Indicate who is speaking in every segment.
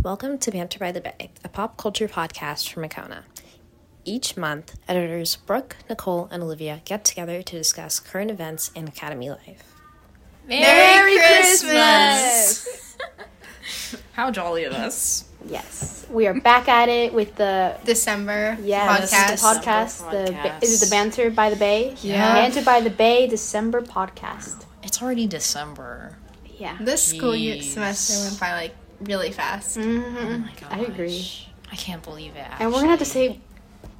Speaker 1: Welcome to Banter by the Bay, a pop culture podcast from Makona. Each month, editors Brooke, Nicole, and Olivia get together to discuss current events and academy life.
Speaker 2: Merry Christmas!
Speaker 3: How jolly of us.
Speaker 4: Yes, we are back at it with the
Speaker 2: December
Speaker 4: yeah this is the
Speaker 2: podcast.
Speaker 4: podcast.
Speaker 3: December
Speaker 4: The ba-
Speaker 3: podcast.
Speaker 4: is it the banter by the bay?
Speaker 2: Yeah.
Speaker 4: banter by the bay December podcast.
Speaker 3: It's already December.
Speaker 4: Yeah,
Speaker 2: This school year
Speaker 3: Jeez.
Speaker 2: semester went by like really fast.
Speaker 3: Oh
Speaker 4: hmm
Speaker 3: my gosh.
Speaker 4: I agree.
Speaker 3: I can't believe it.
Speaker 4: And we're gonna have to
Speaker 3: actually.
Speaker 4: say,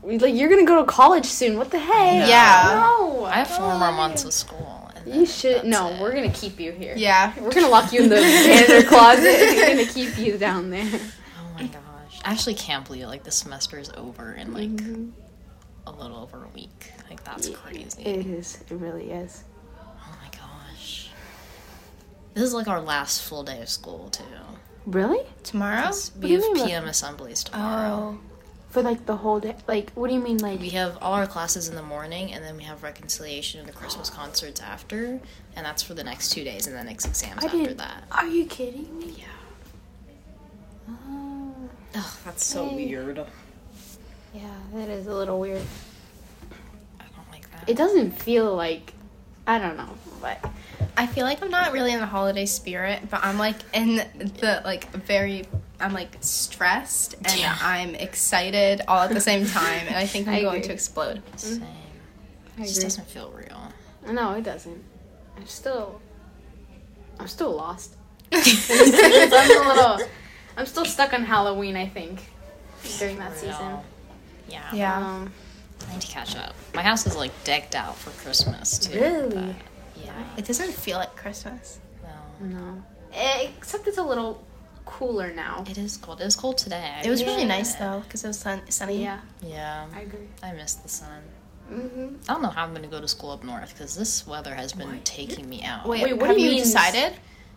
Speaker 4: we- like, you're gonna go to college soon. What the heck?
Speaker 2: Yeah.
Speaker 4: No,
Speaker 3: I have four more months of school. and
Speaker 4: You
Speaker 3: then
Speaker 4: should
Speaker 3: that's
Speaker 4: no.
Speaker 3: it.
Speaker 4: We're gonna keep you here.
Speaker 2: Yeah.
Speaker 4: We're gonna lock you in the janitor closet. We're gonna keep you down there.
Speaker 3: Oh my
Speaker 4: Mm.
Speaker 3: gosh. I actually can't believe it. Like, the semester is over in like
Speaker 4: Mm-hmm.
Speaker 3: a little over a week. Like, that's crazy.
Speaker 4: It is. It really is.
Speaker 3: oh my gosh. This is like our last full day of school, too.
Speaker 4: Really?
Speaker 2: Tomorrow?
Speaker 4: do
Speaker 3: We
Speaker 4: you
Speaker 3: have
Speaker 4: mean by-
Speaker 3: PM assemblies tomorrow.
Speaker 2: Oh.
Speaker 4: For like the whole day. Like, what do you mean? Like,
Speaker 3: We have all our classes in the morning, and then we have reconciliation and the Christmas
Speaker 1: Oh.
Speaker 3: concerts after, and that's for the next two days, and the next exams
Speaker 4: I
Speaker 3: after
Speaker 4: didn't.
Speaker 3: that.
Speaker 4: Are you kidding me?
Speaker 3: Yeah.
Speaker 4: Oh.
Speaker 3: Ugh, that's so
Speaker 4: Hey.
Speaker 3: weird. I
Speaker 4: Yeah, that is a little weird.
Speaker 3: don't like that.
Speaker 4: It doesn't feel like I don't know, but
Speaker 2: I feel like I'm not really in the holiday spirit, but I'm like in the like very I'm like stressed and
Speaker 3: Yeah.
Speaker 2: I'm excited all at the same time and I think I'm
Speaker 4: I
Speaker 2: going
Speaker 4: agree.
Speaker 2: to explode.
Speaker 3: Same.
Speaker 4: I
Speaker 3: It just
Speaker 4: agree.
Speaker 3: doesn't feel real.
Speaker 4: No, it doesn't. I'm still I'm still lost. I'm a little I'm still stuck on Halloween, I think. During that season.
Speaker 3: Real. Yeah.
Speaker 2: Yeah.
Speaker 4: Um
Speaker 3: I need to catch up. My house is like decked out for Christmas too.
Speaker 4: Really?
Speaker 3: but, yeah.
Speaker 2: It doesn't feel like Christmas.
Speaker 3: No.
Speaker 4: no. Eh, Except it's a little cooler now.
Speaker 3: It is cold. It was cold today.
Speaker 2: It was really
Speaker 4: Yeah.
Speaker 2: nice though because it was sun- sunny.
Speaker 4: Yeah,
Speaker 3: Yeah.
Speaker 4: I agree.
Speaker 3: I miss the sun.
Speaker 4: Mm-hmm.
Speaker 3: I don't know how I'm gonna go to school up north because this weather has been taking me out.
Speaker 2: Wait,
Speaker 4: Wait, what
Speaker 2: have
Speaker 4: do you
Speaker 2: you
Speaker 4: mean?
Speaker 2: decided?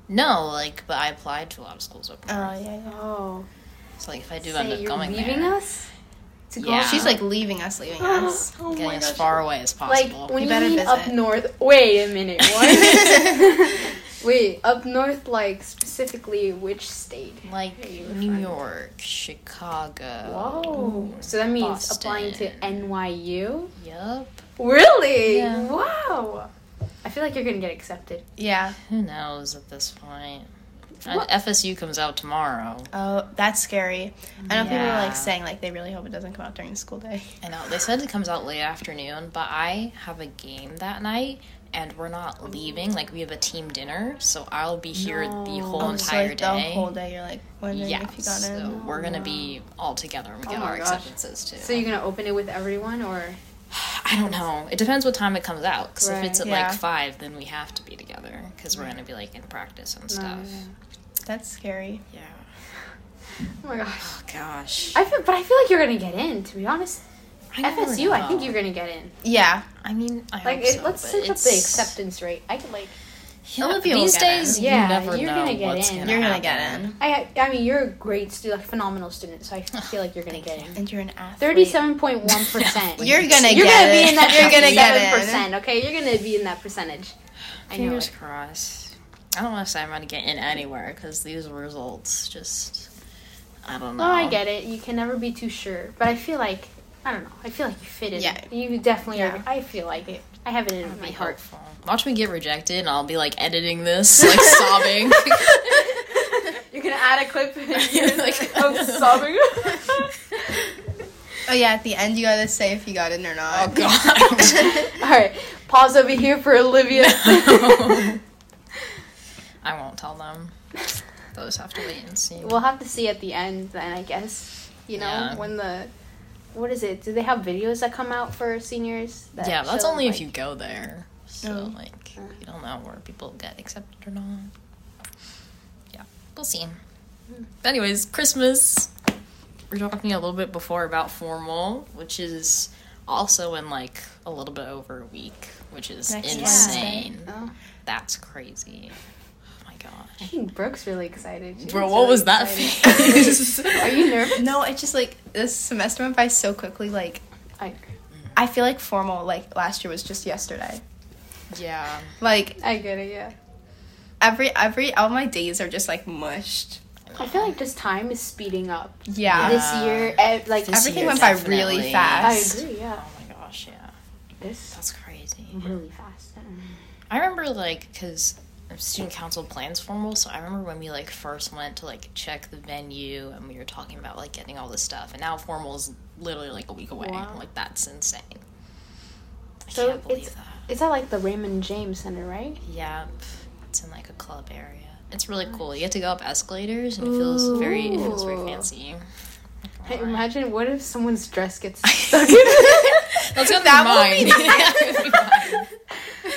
Speaker 3: No, like, but I applied to a lot of schools up
Speaker 2: Oh
Speaker 3: north.
Speaker 2: yeah, yeah.
Speaker 4: Oh.
Speaker 3: So like, if I do
Speaker 4: Say
Speaker 3: end up
Speaker 4: you're
Speaker 3: going
Speaker 4: leaving
Speaker 3: there,
Speaker 4: us? To go
Speaker 3: Yeah.
Speaker 2: She's like leaving us, leaving us.
Speaker 4: Oh
Speaker 3: getting
Speaker 4: my
Speaker 3: as
Speaker 4: gosh.
Speaker 3: far away as
Speaker 4: Like
Speaker 3: possible.
Speaker 4: when
Speaker 2: You
Speaker 4: you,
Speaker 2: better
Speaker 4: mean up
Speaker 2: visit.
Speaker 4: north. Wait a minute. What? Wait, up north, like specifically which state?
Speaker 3: like
Speaker 4: Hey, you were
Speaker 3: New
Speaker 4: fine.
Speaker 3: York, Chicago.
Speaker 4: Whoa. So that means
Speaker 3: Boston.
Speaker 4: applying to NYU.
Speaker 3: Yup.
Speaker 4: Really?
Speaker 3: Yeah.
Speaker 4: Wow. I feel like you're gonna get accepted.
Speaker 2: Yeah.
Speaker 3: Who knows at this point? And
Speaker 4: What?
Speaker 3: FSU comes out tomorrow.
Speaker 2: Oh, that's scary. I know people were
Speaker 3: Yeah.
Speaker 2: like saying like they really hope it doesn't come out during the school day.
Speaker 3: I know they said it comes out late afternoon, but I have a game that night, and we're not leaving. Like we have a team dinner, so I'll be here the whole
Speaker 2: Oh, so,
Speaker 3: entire
Speaker 2: like,
Speaker 3: day.
Speaker 2: The whole day you're like wondering
Speaker 3: yeah,
Speaker 2: if you got
Speaker 3: so
Speaker 2: in.
Speaker 3: we're gonna be all together and we
Speaker 4: Oh
Speaker 3: get
Speaker 4: my
Speaker 3: our
Speaker 4: gosh.
Speaker 3: acceptances too.
Speaker 4: So you're gonna open it with everyone, or
Speaker 3: I don't know. It depends what time it comes out. Because if it's at
Speaker 2: Right. Yeah.
Speaker 3: like five, then we have to be together because we're gonna be like in practice and stuff.
Speaker 2: That's scary.
Speaker 3: yeah.
Speaker 4: Oh my gosh.
Speaker 3: Oh gosh.
Speaker 4: I feel, but I feel like you're gonna get in. To be honest,
Speaker 3: don't really
Speaker 4: FSU, I think
Speaker 3: know.
Speaker 4: you're gonna get in.
Speaker 2: Yeah.
Speaker 3: I mean, I
Speaker 4: Like,
Speaker 3: hope
Speaker 4: it,
Speaker 3: so,
Speaker 4: let's
Speaker 3: but
Speaker 4: search up
Speaker 3: it's-
Speaker 4: the acceptance rate. I could like.
Speaker 3: Yeah,
Speaker 2: Olivia will
Speaker 3: these
Speaker 2: get
Speaker 3: days,
Speaker 2: in.
Speaker 3: you
Speaker 4: Yeah,
Speaker 3: never
Speaker 4: you're
Speaker 3: know
Speaker 4: gonna get
Speaker 3: what's
Speaker 4: in.
Speaker 3: gonna
Speaker 2: You're gonna get
Speaker 3: happen.
Speaker 2: in.
Speaker 4: I I mean, you're a great student, like phenomenal student. So I feel like you're gonna get in.
Speaker 2: And you're an athlete.
Speaker 4: Thirty-seven point one percent.
Speaker 2: You're gonna
Speaker 4: You're
Speaker 2: get
Speaker 4: gonna
Speaker 2: it.
Speaker 4: be in that.
Speaker 2: You're gonna get it.
Speaker 4: percent. Okay, you're gonna be in that percentage. I know
Speaker 3: Fingers
Speaker 4: it.
Speaker 3: crossed. I don't want to say I'm gonna get in anywhere because these results just, I don't know.
Speaker 4: No, Oh, I get it. You can never be too sure, but I feel like I don't know. I feel like you fit in.
Speaker 2: Yeah.
Speaker 4: You definitely.
Speaker 2: Yeah.
Speaker 4: Are, I feel like it. I have it in my
Speaker 3: Be
Speaker 4: heart.
Speaker 3: hurtful. Watch me get rejected, and I'll be like editing this, like sobbing.
Speaker 4: You're gonna add a clip
Speaker 3: Like-
Speaker 2: Oh yeah, at the end you gotta say if you got in or not.
Speaker 3: Oh god.
Speaker 4: All right, pause over here for Olivia.
Speaker 3: I won't tell them. Those have to wait and see.
Speaker 4: We'll have to see at the end then, I guess. You know,
Speaker 3: Yeah.
Speaker 4: when the what is it? Do they have videos that come out for seniors? that
Speaker 3: yeah, that's
Speaker 4: show,
Speaker 3: only
Speaker 4: like-
Speaker 3: if you go there. Mm. So
Speaker 2: Oh.
Speaker 3: like, you don't know where people get accepted or not. Yeah, we'll see. But anyways, Christmas. We're talking a little bit before about formal, which is also in like a little bit over a week, which is
Speaker 2: Next
Speaker 3: insane.
Speaker 4: Oh,
Speaker 3: That's crazy. Oh my gosh.
Speaker 4: I think Brooke's really excited. She
Speaker 3: Bro, what
Speaker 4: really
Speaker 3: was that
Speaker 4: excited.
Speaker 3: face?
Speaker 4: Are you nervous?
Speaker 2: No, it's just like this semester went by so quickly. Like
Speaker 4: I,
Speaker 2: I feel like formal like last year was just yesterday.
Speaker 3: yeah.
Speaker 2: Like
Speaker 4: I get it. Yeah.
Speaker 2: every every all my days are just like mushed.
Speaker 3: I
Speaker 4: I feel like just time is speeding up.
Speaker 2: Yeah.
Speaker 4: This year, ev- like
Speaker 3: Ah. This
Speaker 2: Everything
Speaker 3: year,
Speaker 2: went by
Speaker 3: definitely.
Speaker 2: really
Speaker 4: I
Speaker 2: fast.
Speaker 4: agree. Yeah,
Speaker 3: Oh my gosh, yeah.
Speaker 4: this
Speaker 3: That's crazy.
Speaker 4: really fast. I don't know.
Speaker 3: I remember like because student council plans formal, so I remember when we like first went to like check the venue and we were talking about like getting all this stuff, and now formal is literally like a week away.
Speaker 4: Wow.
Speaker 3: Like that's insane. I
Speaker 4: So
Speaker 3: can't believe
Speaker 4: it's-
Speaker 3: that.
Speaker 4: It's at like the Raymond James Center, right?
Speaker 3: Yeah, it's in like a club area. It's really cool. You get to go up escalators, and it feels very it feels very
Speaker 4: Ooh.
Speaker 3: fancy.
Speaker 4: Hey, imagine what if someone's dress gets
Speaker 3: Let's
Speaker 4: stuck in
Speaker 3: go that
Speaker 2: would
Speaker 3: mine. Yeah,
Speaker 2: be
Speaker 3: it would be mine.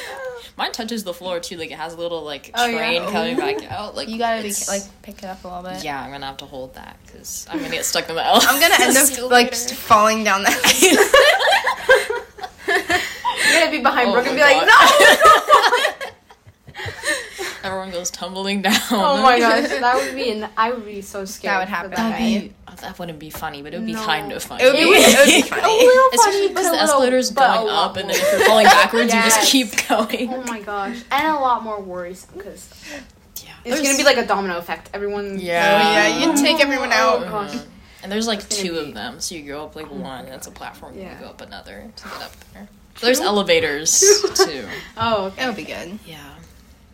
Speaker 3: mine touches the floor too. Like it has a little like
Speaker 2: Oh, yeah.
Speaker 3: train coming back out. Like
Speaker 2: You gotta be
Speaker 3: it's-
Speaker 2: like pick it up a little bit.
Speaker 3: Yeah, I'm gonna have to hold that because I'm gonna get stuck in the elevator.
Speaker 2: I'm gonna end up like just falling down that.
Speaker 4: You're gonna be behind
Speaker 3: Oh
Speaker 4: Brooke and be
Speaker 3: my
Speaker 4: like,
Speaker 3: God.
Speaker 4: no!
Speaker 3: Everyone goes tumbling down.
Speaker 4: Oh my gosh, that would be, an- I would be so scared.
Speaker 2: would
Speaker 4: for
Speaker 2: happen.
Speaker 4: That.
Speaker 2: That'd
Speaker 4: be
Speaker 3: Oh, that wouldn't be funny, but it would be
Speaker 4: No.
Speaker 3: kind of funny.
Speaker 2: It would be, it would be
Speaker 4: a
Speaker 2: funny.
Speaker 4: little
Speaker 3: Especially
Speaker 4: funny, but
Speaker 3: because
Speaker 4: a
Speaker 3: the
Speaker 4: little,
Speaker 3: escalator's
Speaker 4: but a
Speaker 3: going
Speaker 4: lot
Speaker 3: up, and
Speaker 4: more.
Speaker 3: then if you're falling backwards,
Speaker 4: Yes.
Speaker 3: you just keep going.
Speaker 4: Oh my gosh, and a lot more worrisome because
Speaker 3: Yeah.
Speaker 4: it's gonna be like a domino effect. Everyone.
Speaker 2: Oh, Yeah, yeah, you'd take everyone
Speaker 4: Oh
Speaker 2: out.
Speaker 4: gosh.
Speaker 3: And there's like
Speaker 4: gonna
Speaker 3: two
Speaker 4: be-
Speaker 3: of them, so you go up like one, and it's a platform, and
Speaker 4: Yeah.
Speaker 3: you go up another to get up there. There's elevators too.
Speaker 4: Oh, okay.
Speaker 2: It would be good.
Speaker 3: Yeah.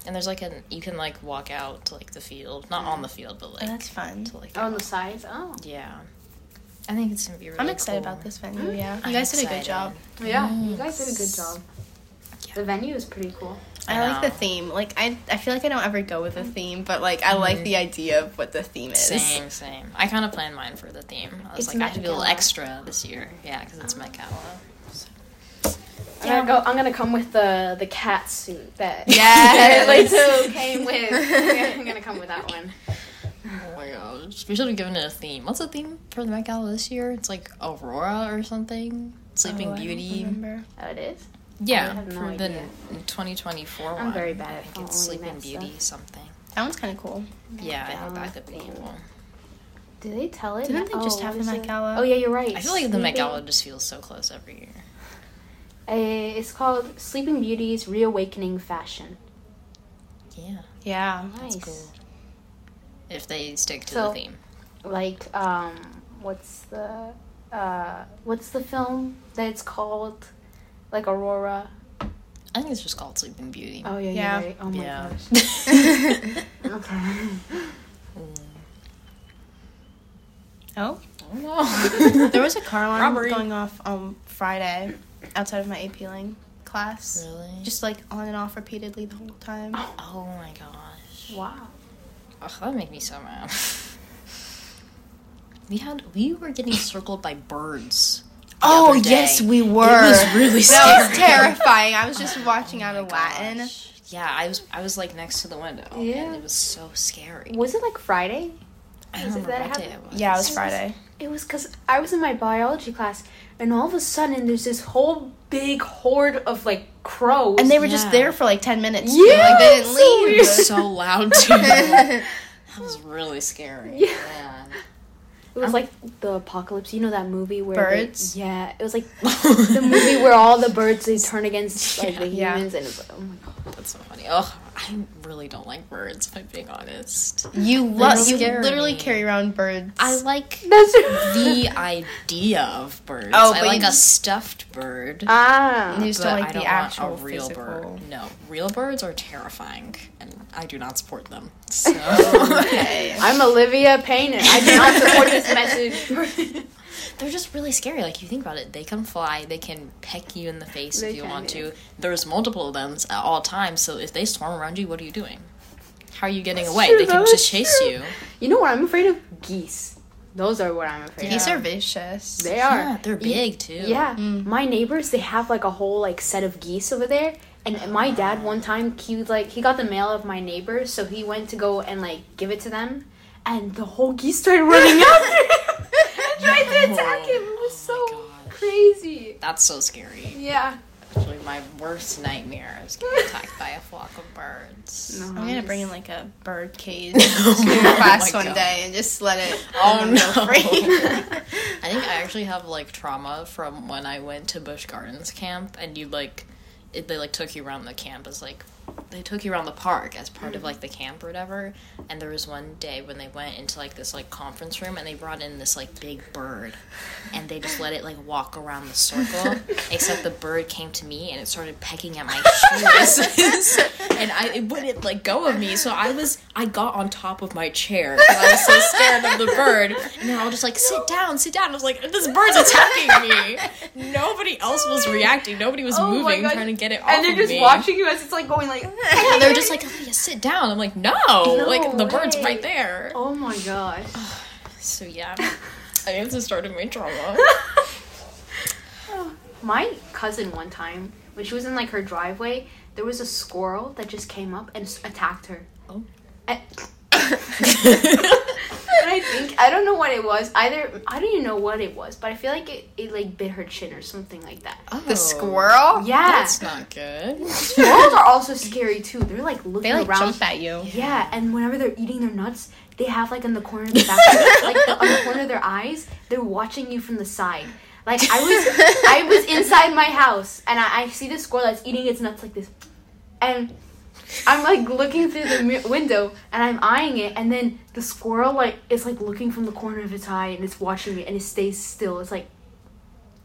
Speaker 3: And there's like an you can like walk out to like the field, not on the field, but like
Speaker 2: that's fun.
Speaker 3: to like
Speaker 4: on the sides. Oh,
Speaker 3: yeah. I think it's gonna be really.
Speaker 2: I'm excited
Speaker 3: cool.
Speaker 2: about this venue. Yeah, you
Speaker 3: I'm
Speaker 2: guys did a good
Speaker 3: excited.
Speaker 2: job.
Speaker 4: yeah. You guys did a good job.
Speaker 3: Yeah.
Speaker 4: The venue is pretty cool.
Speaker 2: I, like
Speaker 3: know.
Speaker 2: the theme. Like I, I feel like I don't ever go with a theme, but like I like the idea of what the theme is. Oh,
Speaker 3: Same, same. I kind of planned mine for the theme. I was
Speaker 4: It's
Speaker 3: like, I have to be a little
Speaker 4: Met Gala.
Speaker 3: extra this year. Yeah, because it's Met Gala.
Speaker 4: I'm gonna go. I'm gonna come with the the cat suit that
Speaker 2: Yes.
Speaker 4: Lizzo came with. Yeah, I'm gonna come with that one.
Speaker 3: Oh my gosh. We should have given it a theme. What's the theme for the Met Gala this year? It's like Aurora or something. Sleeping Beauty.
Speaker 4: Oh, it is.
Speaker 3: Yeah,
Speaker 4: I have no
Speaker 3: for the
Speaker 4: idea.
Speaker 3: n- 2024
Speaker 4: I'm
Speaker 3: one.
Speaker 4: very bad
Speaker 3: I
Speaker 4: at
Speaker 3: think
Speaker 4: following
Speaker 3: it's Sleeping
Speaker 4: that
Speaker 3: Beauty something.
Speaker 2: That one's kind of cool.
Speaker 3: Yeah, I think
Speaker 4: Gala
Speaker 3: that could be
Speaker 4: theme.
Speaker 3: cool.
Speaker 4: Do they tell it?
Speaker 2: Didn't they just have
Speaker 4: what is
Speaker 2: the Met
Speaker 4: it?
Speaker 2: Gala?
Speaker 4: Oh yeah, you're right.
Speaker 3: I feel like the Met
Speaker 4: Sleeping-
Speaker 3: Gala just feels so close every year.
Speaker 4: Uh, it's called Sleeping Beauty's Reawakening Fashion.
Speaker 3: Yeah,
Speaker 2: Yeah.
Speaker 4: Nice.
Speaker 3: cool. if they stick to
Speaker 4: So-
Speaker 3: the theme.
Speaker 4: Like, um, what's the uh, what's the film that it's called? Like Aurora.
Speaker 3: I think it's just called Sleeping Beauty.
Speaker 4: Oh yeah,
Speaker 2: Yeah.
Speaker 4: yeah. Right. Oh my
Speaker 3: yeah.
Speaker 4: gosh.
Speaker 2: Oh,
Speaker 3: no.
Speaker 2: there was a car alarm
Speaker 3: Robbery.
Speaker 2: going off on Friday outside of my AP Lang class.
Speaker 3: really?
Speaker 2: Just like on and off repeatedly the whole time.
Speaker 3: oh my gosh.
Speaker 4: Wow.
Speaker 3: Ugh, that made me so mad. we had we were getting circled by birds. the other day.
Speaker 2: Oh, we were.
Speaker 3: It was really scary.
Speaker 2: that was terrifying. I was just watching out of
Speaker 3: my
Speaker 2: Latin.
Speaker 3: gosh. Yeah, I was I was like next to the window.
Speaker 4: Yeah.
Speaker 3: And it was so scary.
Speaker 4: Was it like Friday?
Speaker 3: I don't
Speaker 4: Is
Speaker 3: remember
Speaker 4: that
Speaker 3: what day it
Speaker 4: happening?
Speaker 3: was.
Speaker 2: Yeah, it was Friday.
Speaker 4: It was because I was in my biology class, and all of a sudden there's this whole big horde of like crows.
Speaker 2: And they were just
Speaker 3: Yeah.
Speaker 2: there for like 10 minutes.
Speaker 4: Yeah,
Speaker 2: like they didn't
Speaker 4: it's so
Speaker 2: leave.
Speaker 3: It was so loud too. that was really scary.
Speaker 4: Yeah.
Speaker 3: Man.
Speaker 4: it was like the apocalypse. You know that movie where they-
Speaker 2: Birds?
Speaker 4: yeah, it was like the movie where all the birds they turn against like the
Speaker 2: Yeah.
Speaker 4: humans, and it's like, oh my god.
Speaker 3: That's so funny. Oh, I really don't like birds. If I'm being honest,
Speaker 2: You love
Speaker 3: They
Speaker 2: you
Speaker 3: scare
Speaker 2: literally
Speaker 3: me.
Speaker 2: carry around birds.
Speaker 3: I like
Speaker 4: That's
Speaker 3: the idea of birds.
Speaker 2: Oh,
Speaker 3: I
Speaker 2: but
Speaker 3: like
Speaker 2: you-
Speaker 3: a stuffed bird.
Speaker 4: ah.
Speaker 2: you just
Speaker 3: but
Speaker 2: don't like
Speaker 3: I
Speaker 2: the
Speaker 3: don't want
Speaker 2: actual
Speaker 3: a real
Speaker 2: physical.
Speaker 3: bird. No, real birds are terrifying, and I do not support them. So
Speaker 2: Okay.
Speaker 4: I'm Olivia Payne. and I do not support this message.
Speaker 3: they're just really scary. Like you think about it, they can fly. They can peck you in the face
Speaker 4: They
Speaker 3: if you
Speaker 4: can,
Speaker 3: want
Speaker 4: yeah.
Speaker 3: to. There's multiple of them at all times. So if they swarm around you, what are you doing? How are you getting away?
Speaker 4: true,
Speaker 3: they can
Speaker 4: that
Speaker 3: just
Speaker 4: is
Speaker 3: chase
Speaker 4: true.
Speaker 3: you.
Speaker 4: you know what? I'm afraid of geese. Those are what I'm afraid
Speaker 2: These
Speaker 4: of.
Speaker 2: are vicious.
Speaker 4: They are.
Speaker 3: Yeah, Mm. they're big too.
Speaker 4: Yeah, my neighbors they have like a whole like set of geese over there, and my dad one time he was like he got the mail of my neighbors, so he went to go and like give it to them, and the whole geese started running after him, and tried to attack him. It was
Speaker 3: Oh
Speaker 4: so
Speaker 3: my gosh.
Speaker 4: crazy.
Speaker 3: That's so scary.
Speaker 4: Yeah.
Speaker 3: Actually, my worst nightmare is getting attacked by a flock of birds.
Speaker 2: I'm gonna bring in like a bird cage to your class
Speaker 3: Oh my
Speaker 2: one
Speaker 3: God.
Speaker 2: day and just let it
Speaker 3: Oh no!
Speaker 2: free.
Speaker 3: I think I actually have like trauma from when I went to Bush Gardens camp, and you like, it, they like took you around the camp as like they took you around the park as part of
Speaker 4: Mm.
Speaker 3: like the camp or whatever. And there was one day when they went into like this like conference room and they brought in this like big bird, and they just let it like walk around the circle. except the bird came to me and it started pecking at my shoes, and I it wouldn't let go of me. So I was I got on top of my chair. 'cause I was so scared of the bird, and then I was just like sit down, sit down. I was like this bird's attacking me. Nobody else was reacting. Nobody was
Speaker 4: Oh my
Speaker 3: moving,
Speaker 4: God.
Speaker 3: trying to get it off
Speaker 4: and they're
Speaker 3: of
Speaker 4: just
Speaker 3: me.
Speaker 4: watching you as it's like going like.
Speaker 3: Yeah, they're just like, Olivia, sit down. I'm like, no, like the bird's
Speaker 4: way.
Speaker 3: right there.
Speaker 4: Oh my gosh.
Speaker 3: So yeah, I think it's the start of my trauma.
Speaker 4: My cousin one time, when she was in like her driveway, there was a squirrel that just came up and s- attacked her.
Speaker 3: Oh.
Speaker 4: And, and I think I don't know what it was either. I don't even know what it was, but I feel like it, it like bit her chin or something like that.
Speaker 3: oh,
Speaker 5: The squirrel?
Speaker 4: Yeah,
Speaker 3: That's not good.
Speaker 4: squirrels are also scary too. They're like looking
Speaker 5: They like
Speaker 4: around.
Speaker 5: jump at you.
Speaker 4: Yeah, and whenever they're eating their nuts, they have like in the corner of the back, like the, on the corner of their eyes, they're watching you from the side. Like I was, I was inside my house, and I, I see this squirrel that's eating its nuts like this, and I'm like looking through the mi- window, and I'm eyeing it, and then the squirrel like is like looking from the corner of its eye, and it's watching me, and it stays still. It's like,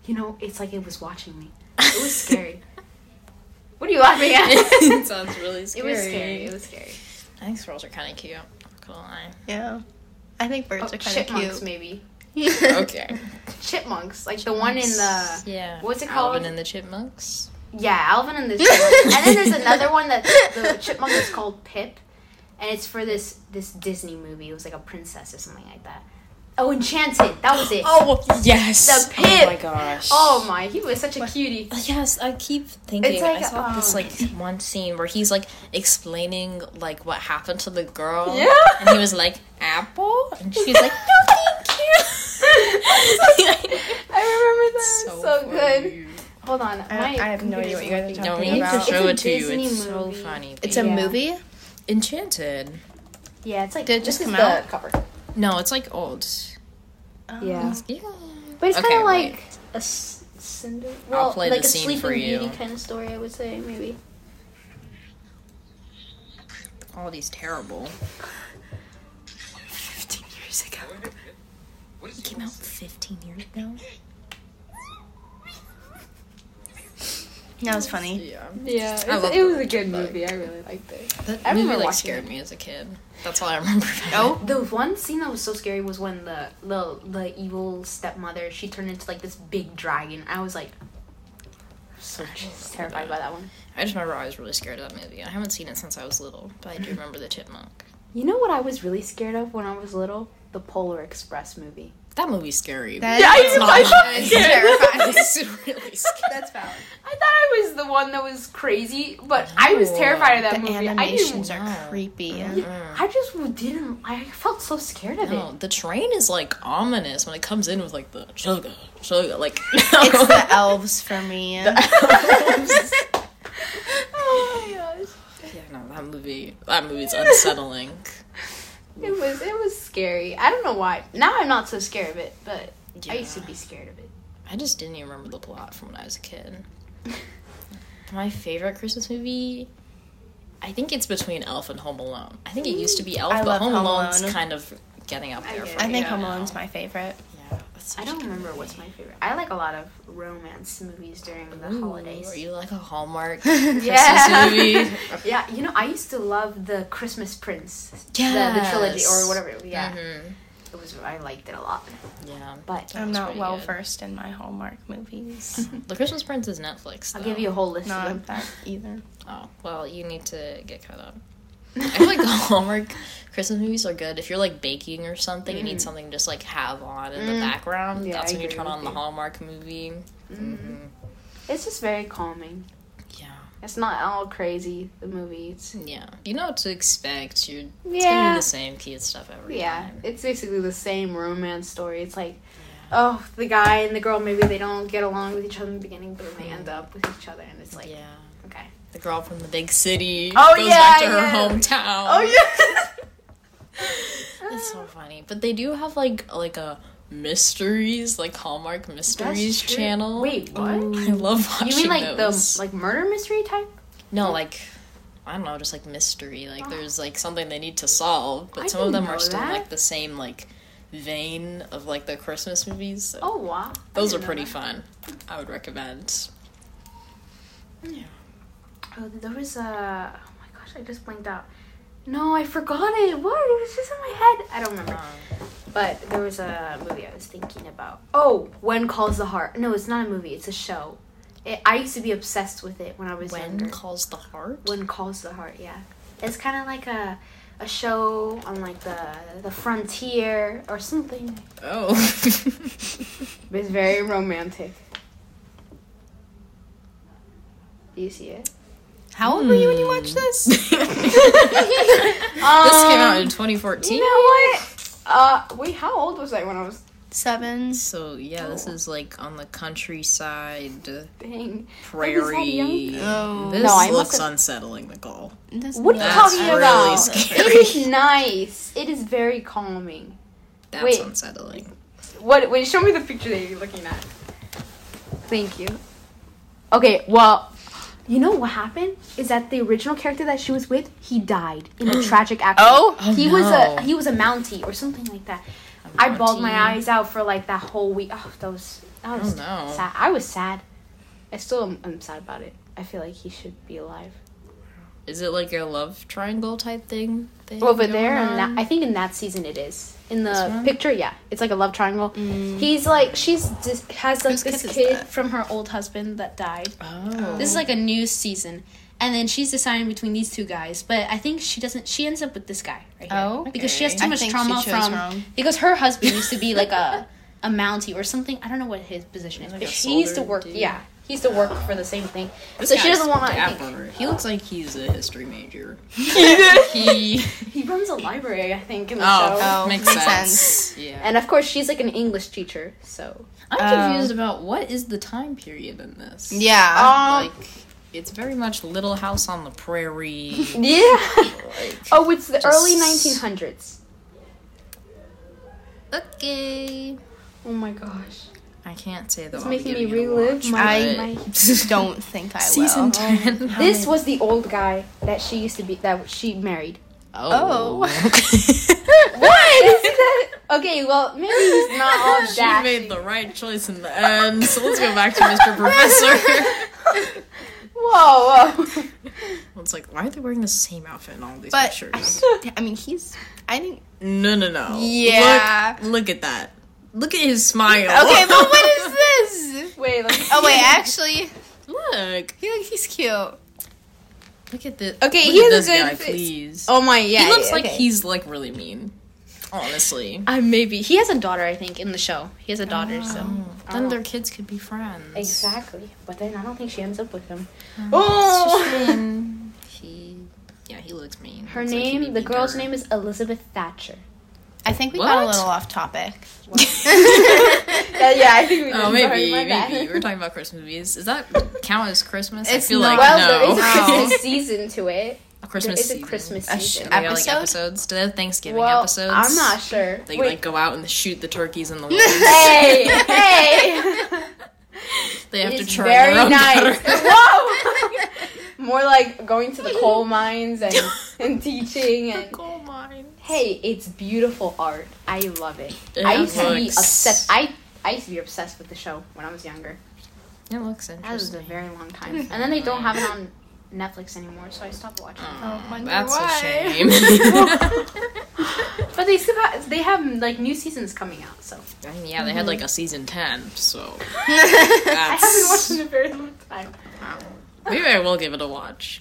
Speaker 4: you know, it's like it was watching me. It was scary. what are you laughing at?
Speaker 3: it sounds really
Speaker 4: It
Speaker 3: scary.
Speaker 4: was scary. It was scary.
Speaker 3: I think squirrels are kind of cute. Not gonna lie.
Speaker 5: Yeah. I think birds
Speaker 4: Oh,
Speaker 5: are kind
Speaker 4: chipmunks
Speaker 5: of
Speaker 4: maybe.
Speaker 5: cute.
Speaker 3: Okay.
Speaker 4: chipmunks, like the one in the
Speaker 3: yeah.
Speaker 4: what's it
Speaker 3: Alvin
Speaker 4: called?
Speaker 3: and the Chipmunks.
Speaker 4: yeah, Alvin and the chipmunks. and then there's another one that the chipmunk is called Pip, and it's for this this Disney movie. It was like a princess or something like that. Oh, Enchanted, that was it. Oh,
Speaker 3: Oh yes.
Speaker 4: The
Speaker 3: Oh
Speaker 4: pit.
Speaker 3: my gosh.
Speaker 4: my, he was such a cutie.
Speaker 3: Yes, I keep thinking.
Speaker 4: It's like,
Speaker 3: I saw this
Speaker 4: um,
Speaker 3: like one scene where he's like explaining like what happened to the girl.
Speaker 4: Yeah.
Speaker 3: And he was like, apple? And she's like, no, thank you.
Speaker 4: I remember that. So, good.
Speaker 3: funny.
Speaker 4: Hold on,
Speaker 5: I-
Speaker 4: my
Speaker 5: I have no idea
Speaker 4: computer's
Speaker 5: what you guys are
Speaker 4: working.
Speaker 3: No,
Speaker 5: Talking
Speaker 3: we need to
Speaker 5: about-
Speaker 3: show it
Speaker 4: It's a
Speaker 3: to you. It's
Speaker 4: Disney
Speaker 3: so
Speaker 4: movie.
Speaker 3: funny.
Speaker 5: It's
Speaker 3: babe.
Speaker 5: a
Speaker 4: Yeah.
Speaker 5: movie?
Speaker 3: Enchanted.
Speaker 4: Yeah, it's like
Speaker 5: Did it just
Speaker 4: this is
Speaker 5: come out?
Speaker 4: the cover.
Speaker 3: No, it's like old.
Speaker 4: Yeah,
Speaker 3: Yeah.
Speaker 4: but it's
Speaker 3: Okay,
Speaker 4: kind of
Speaker 3: wait.
Speaker 4: like a s- cinder.
Speaker 3: I'll
Speaker 4: Well,
Speaker 3: play
Speaker 4: like
Speaker 3: the
Speaker 4: a
Speaker 3: scene
Speaker 4: Sleeping
Speaker 3: for you.
Speaker 4: Beauty kind of story, I would say maybe.
Speaker 3: The quality's terrible.
Speaker 4: 15 years ago.
Speaker 3: It came out 15 years ago.
Speaker 5: That was funny.
Speaker 3: Yeah.
Speaker 4: Yeah,
Speaker 3: I
Speaker 4: it's,
Speaker 3: love
Speaker 4: it was
Speaker 3: Bird
Speaker 4: a good
Speaker 3: Dog.
Speaker 4: movie. I really liked it.
Speaker 3: That
Speaker 4: I
Speaker 3: movie
Speaker 4: remember
Speaker 3: like
Speaker 4: watching
Speaker 3: scared me as a kid. That's all I remember.
Speaker 4: Oh, the one scene that was so scary was when the the the evil stepmother she turned into like this big dragon. I was like, so just terrified by that one.
Speaker 3: I just remember I was really scared of that movie. I haven't seen it since I was little, but I do remember the chipmunk.
Speaker 4: You know what I was really scared of when I was little? The Polar Express movie.
Speaker 3: That movie's scary.
Speaker 5: That Yeah, is I- not- I thought-
Speaker 3: It's
Speaker 5: yeah.
Speaker 3: terrifying. It's really scary.
Speaker 5: That's valid.
Speaker 4: I thought I was the one that was crazy, but I was
Speaker 3: No.
Speaker 4: terrified of that
Speaker 5: The
Speaker 4: movie. I
Speaker 5: animations
Speaker 4: didn't.
Speaker 5: are
Speaker 3: No.
Speaker 5: creepy.
Speaker 4: I just didn't. I felt so scared of
Speaker 3: No,
Speaker 4: it.
Speaker 3: the train is like ominous when it comes in with like the sugar, sugar, like.
Speaker 5: It's the elves for me.
Speaker 4: Oh my gosh.
Speaker 3: yeah, no, that movie. That movie's unsettling.
Speaker 4: It was it was scary. I don't know why. Now I'm not so scared of it, but I used to
Speaker 3: Yeah.
Speaker 4: be scared of it.
Speaker 3: I just didn't even remember the plot from when I was a kid. My favorite Christmas movie, I think it's between Elf and Home Alone. I think it used to be Elf,
Speaker 5: I
Speaker 3: but
Speaker 5: love
Speaker 3: Home,
Speaker 5: Home
Speaker 3: Alone's
Speaker 5: Alone.
Speaker 3: kind of getting up
Speaker 4: I
Speaker 3: there
Speaker 4: get
Speaker 3: for
Speaker 4: it.
Speaker 5: I
Speaker 3: me.
Speaker 5: think
Speaker 3: now.
Speaker 5: Home Alone's my favorite.
Speaker 3: Yeah, that's
Speaker 4: I
Speaker 3: such a
Speaker 4: don't
Speaker 3: good
Speaker 4: remember what's my favorite. I like a lot of romance movies during the
Speaker 3: Ooh,
Speaker 4: holidays.
Speaker 3: Are you like a Hallmark
Speaker 4: Yeah.
Speaker 3: Christmas movie?
Speaker 4: yeah, you know, I used to love the Christmas Prince, the, the
Speaker 3: Yes.
Speaker 4: trilogy or whatever. Yeah,
Speaker 3: Mhm.
Speaker 4: it was. I liked it a lot.
Speaker 3: Yeah.
Speaker 4: But
Speaker 5: I'm
Speaker 3: That's
Speaker 5: not
Speaker 3: pretty
Speaker 5: well
Speaker 3: good.
Speaker 5: versed in my Hallmark movies.
Speaker 3: The Christmas Prince is Netflix.
Speaker 4: I'll
Speaker 3: though.
Speaker 4: give you a whole list of them.
Speaker 5: not that either.
Speaker 3: Oh well, you need to get caught up. I feel like the Hallmark Christmas movies are good. If you're like baking or something, you need something to just like have on in the background.
Speaker 4: Mm. Yeah,
Speaker 3: That's
Speaker 4: I
Speaker 3: when you
Speaker 4: agree
Speaker 3: turn
Speaker 4: with
Speaker 3: on the
Speaker 4: you. Mm-hmm.
Speaker 3: Hallmark movie. hmm
Speaker 4: It's just very calming.
Speaker 3: Yeah,
Speaker 4: It's not all crazy. The movie. It's
Speaker 3: yeah. You know what to expect. You're it's gonna
Speaker 4: Yeah.
Speaker 3: be the same kid stuff every
Speaker 4: Yeah,
Speaker 3: time.
Speaker 4: it's basically the same romance story. It's like, oh, the guy and the girl maybe they don't get along with each other in the beginning, but then they end up with each other, and it's like,
Speaker 3: yeah.
Speaker 4: okay.
Speaker 3: The girl from the big city
Speaker 4: Oh,
Speaker 3: goes
Speaker 4: yeah,
Speaker 3: back to her
Speaker 4: yeah. Oh,
Speaker 3: hometown.
Speaker 4: yeah.
Speaker 3: That's so funny. But they do have like like a mysteries, like Hallmark Mysteries
Speaker 4: true.
Speaker 3: channel.
Speaker 4: Wait, what?
Speaker 3: I love watching
Speaker 4: you mean like
Speaker 3: those.
Speaker 4: the like murder mystery type?
Speaker 3: no, like I don't know, just like mystery. Like there's like something they need to solve, but
Speaker 4: Ah. I
Speaker 3: some of
Speaker 4: didn't
Speaker 3: them are
Speaker 4: know
Speaker 3: still in,
Speaker 4: that.
Speaker 3: like the same like vein of like the Christmas movies. So
Speaker 4: Oh wow.
Speaker 3: those are
Speaker 4: I didn't know
Speaker 3: pretty
Speaker 4: that.
Speaker 3: fun. I would recommend.
Speaker 4: Oh, there was a. Oh my gosh, I just blinked out. No, I forgot it. What? It was just in my head. I don't remember. But there was a movie I was thinking about. Oh, When Calls the Heart. No, it's not a movie. It's a show. It, I used to be obsessed with it when I was
Speaker 3: when
Speaker 4: younger.
Speaker 3: calls the heart.
Speaker 4: when Calls the Heart. Yeah, it's kind of like a a show on like the the frontier or something.
Speaker 3: Oh,
Speaker 4: It's very romantic. Do you see it?
Speaker 5: How old were you when you watched this?
Speaker 3: this
Speaker 4: Oh,
Speaker 3: came out in 2014.
Speaker 4: Um, You know what? Uh, wait, how old was I when I was?
Speaker 5: Seven.
Speaker 3: So yeah, this
Speaker 4: Oh.
Speaker 3: is like on the countryside,
Speaker 4: Dang.
Speaker 3: prairie.
Speaker 5: Oh.
Speaker 3: This
Speaker 4: No, I
Speaker 3: looks
Speaker 4: must've-
Speaker 3: unsettling, Nicole.
Speaker 5: This
Speaker 4: What are you
Speaker 3: That's
Speaker 4: talking
Speaker 3: really
Speaker 4: about?
Speaker 3: scary.
Speaker 4: It is nice. It is very calming.
Speaker 3: That's
Speaker 4: Wait.
Speaker 3: unsettling.
Speaker 4: What? Wait, show me the picture that you're looking at. Thank you. Okay, well, you know what happened is that the original character that she was with, he died in a tragic accident.
Speaker 5: Oh?
Speaker 3: Oh,
Speaker 4: he was
Speaker 3: no.
Speaker 4: a he was a Mountie or something like that. I bawled
Speaker 3: Mountie.
Speaker 4: my eyes out for like that whole week. Oh, that was that was
Speaker 3: Oh, no.
Speaker 4: sad. I was sad. I still am I'm sad about it. I feel like he should be alive.
Speaker 3: Is it like a love triangle type thing? they have
Speaker 4: over
Speaker 3: going
Speaker 4: there and
Speaker 3: on?
Speaker 4: that, i think in that season it is in
Speaker 3: This
Speaker 4: the
Speaker 3: one? Mm.
Speaker 4: picture yeah it's like a love triangle he's like she's dis- has like
Speaker 5: Whose
Speaker 4: this
Speaker 5: kid is
Speaker 4: kid
Speaker 5: that? from her old husband that died.
Speaker 3: Oh.
Speaker 5: This is like a new season. And then she's deciding between these two guys, but I think she doesn't. She ends up with this guy right here
Speaker 3: Oh,
Speaker 5: because she has
Speaker 3: okay.
Speaker 5: too
Speaker 3: I
Speaker 5: much
Speaker 2: think
Speaker 5: trauma
Speaker 2: she chose
Speaker 5: from
Speaker 2: wrong.
Speaker 5: because her husband used to be like a a Mountie or something. I don't know what his position is,
Speaker 3: Like
Speaker 5: but
Speaker 3: a
Speaker 5: he used to
Speaker 3: soldier
Speaker 5: work.
Speaker 3: dude.
Speaker 5: Yeah, he used to work for the same thing.
Speaker 3: This
Speaker 5: so she
Speaker 3: guy's
Speaker 5: doesn't want to.
Speaker 3: dapper. He looks like he's a history major.
Speaker 5: He
Speaker 4: he runs a library i think in the show
Speaker 3: Oh,
Speaker 2: Oh,
Speaker 3: makes,
Speaker 2: makes
Speaker 3: sense.
Speaker 2: sense.
Speaker 3: Yeah.
Speaker 4: and of course she's like an english teacher so
Speaker 3: I'm confused about what is the time period in this.
Speaker 2: Yeah. um,
Speaker 3: Like, it's very much Little House on the Prairie.
Speaker 4: yeah oh it's the early
Speaker 3: just-
Speaker 4: 1900s
Speaker 3: okay.
Speaker 4: oh my gosh
Speaker 3: I can't say though.
Speaker 4: it's
Speaker 3: I'll be
Speaker 4: making me
Speaker 3: giving it a
Speaker 4: relive
Speaker 3: watch,
Speaker 4: my,
Speaker 2: I-
Speaker 4: my
Speaker 2: Don't think I
Speaker 3: but-
Speaker 2: will.
Speaker 3: season ten.
Speaker 4: this was the old guy that she used to be that she married
Speaker 3: Oh.
Speaker 4: what is that okay well maybe he's not all
Speaker 3: she
Speaker 4: that
Speaker 3: made the right choice in the end. So let's go back to Mr. Professor.
Speaker 4: whoa whoa
Speaker 3: It's like, why are they wearing the same outfit in all these
Speaker 2: But-
Speaker 3: pictures?
Speaker 2: I mean, he's. I didn't.
Speaker 3: No, no, no.
Speaker 2: Yeah.
Speaker 3: Look, look at that. Look at his smile.
Speaker 2: Okay, but what is this?
Speaker 4: wait let me
Speaker 2: Oh wait, actually,
Speaker 3: Look.
Speaker 2: he, he's cute.
Speaker 3: Look at this.
Speaker 4: Okay,
Speaker 3: look
Speaker 4: he
Speaker 3: at
Speaker 4: has a
Speaker 3: this
Speaker 4: good
Speaker 3: guy,
Speaker 4: face.
Speaker 3: please.
Speaker 4: Oh my, yeah.
Speaker 3: he looks
Speaker 4: yeah,
Speaker 3: like
Speaker 4: okay.
Speaker 3: he's like really mean. Honestly.
Speaker 5: Uh, maybe he has a daughter. I think in the show he has a daughter. So
Speaker 4: Oh.
Speaker 3: Mm, Then their kids could be friends.
Speaker 4: Exactly. But then I don't think she ends up with him. Oh!
Speaker 3: Shane, he, yeah, he looks mean.
Speaker 4: Her
Speaker 3: It's like he
Speaker 4: name,
Speaker 3: made
Speaker 4: the
Speaker 3: me
Speaker 4: girl's
Speaker 3: dark.
Speaker 4: name is Elizabeth Thatcher.
Speaker 2: I think we got a
Speaker 3: What?
Speaker 2: little off topic.
Speaker 4: Yeah, Uh, yeah I think we
Speaker 3: Oh,
Speaker 4: did. Sorry,
Speaker 3: maybe,
Speaker 4: my bad.
Speaker 3: maybe. We're talking about Christmas movies. Does that count as Christmas? I
Speaker 2: It's
Speaker 3: feel
Speaker 2: not.
Speaker 3: like
Speaker 4: Well,
Speaker 3: no.
Speaker 4: there is a
Speaker 2: No.
Speaker 4: Christmas season to
Speaker 3: a
Speaker 4: it. There
Speaker 3: Oh, Christmas
Speaker 4: is a
Speaker 3: season.
Speaker 4: Christmas
Speaker 2: A sh-
Speaker 4: season.
Speaker 3: Do they have, like,
Speaker 2: Episode?
Speaker 3: episodes? Do they have Thanksgiving
Speaker 4: well,
Speaker 3: episodes?
Speaker 4: I'm not sure.
Speaker 3: They
Speaker 4: Wait,
Speaker 3: like go out and shoot the turkeys in the woods.
Speaker 4: hey, hey!
Speaker 3: they have to
Speaker 4: It's
Speaker 3: churn their
Speaker 4: very
Speaker 3: own
Speaker 4: nice.
Speaker 3: butter.
Speaker 4: Whoa! More like going to the coal mines and, and teaching and
Speaker 3: Coal mine.
Speaker 4: Hey, it's beautiful art. I love it.
Speaker 3: It
Speaker 4: I used to be
Speaker 3: looks-
Speaker 4: obsessed. I I used to be obsessed with the show when I was younger.
Speaker 3: It looks
Speaker 4: That was a
Speaker 3: interesting.
Speaker 4: very long time. And then they don't have it on Netflix anymore, so I stopped watching.
Speaker 2: wonder
Speaker 3: That's
Speaker 2: why.
Speaker 3: a shame. Oh.
Speaker 4: But they still have they have like new seasons coming out. So
Speaker 3: I mean, yeah, they had like a season ten, so
Speaker 4: Mm-hmm. I
Speaker 3: that's.
Speaker 4: haven't watched in a very long time.
Speaker 3: Maybe I will give it a watch.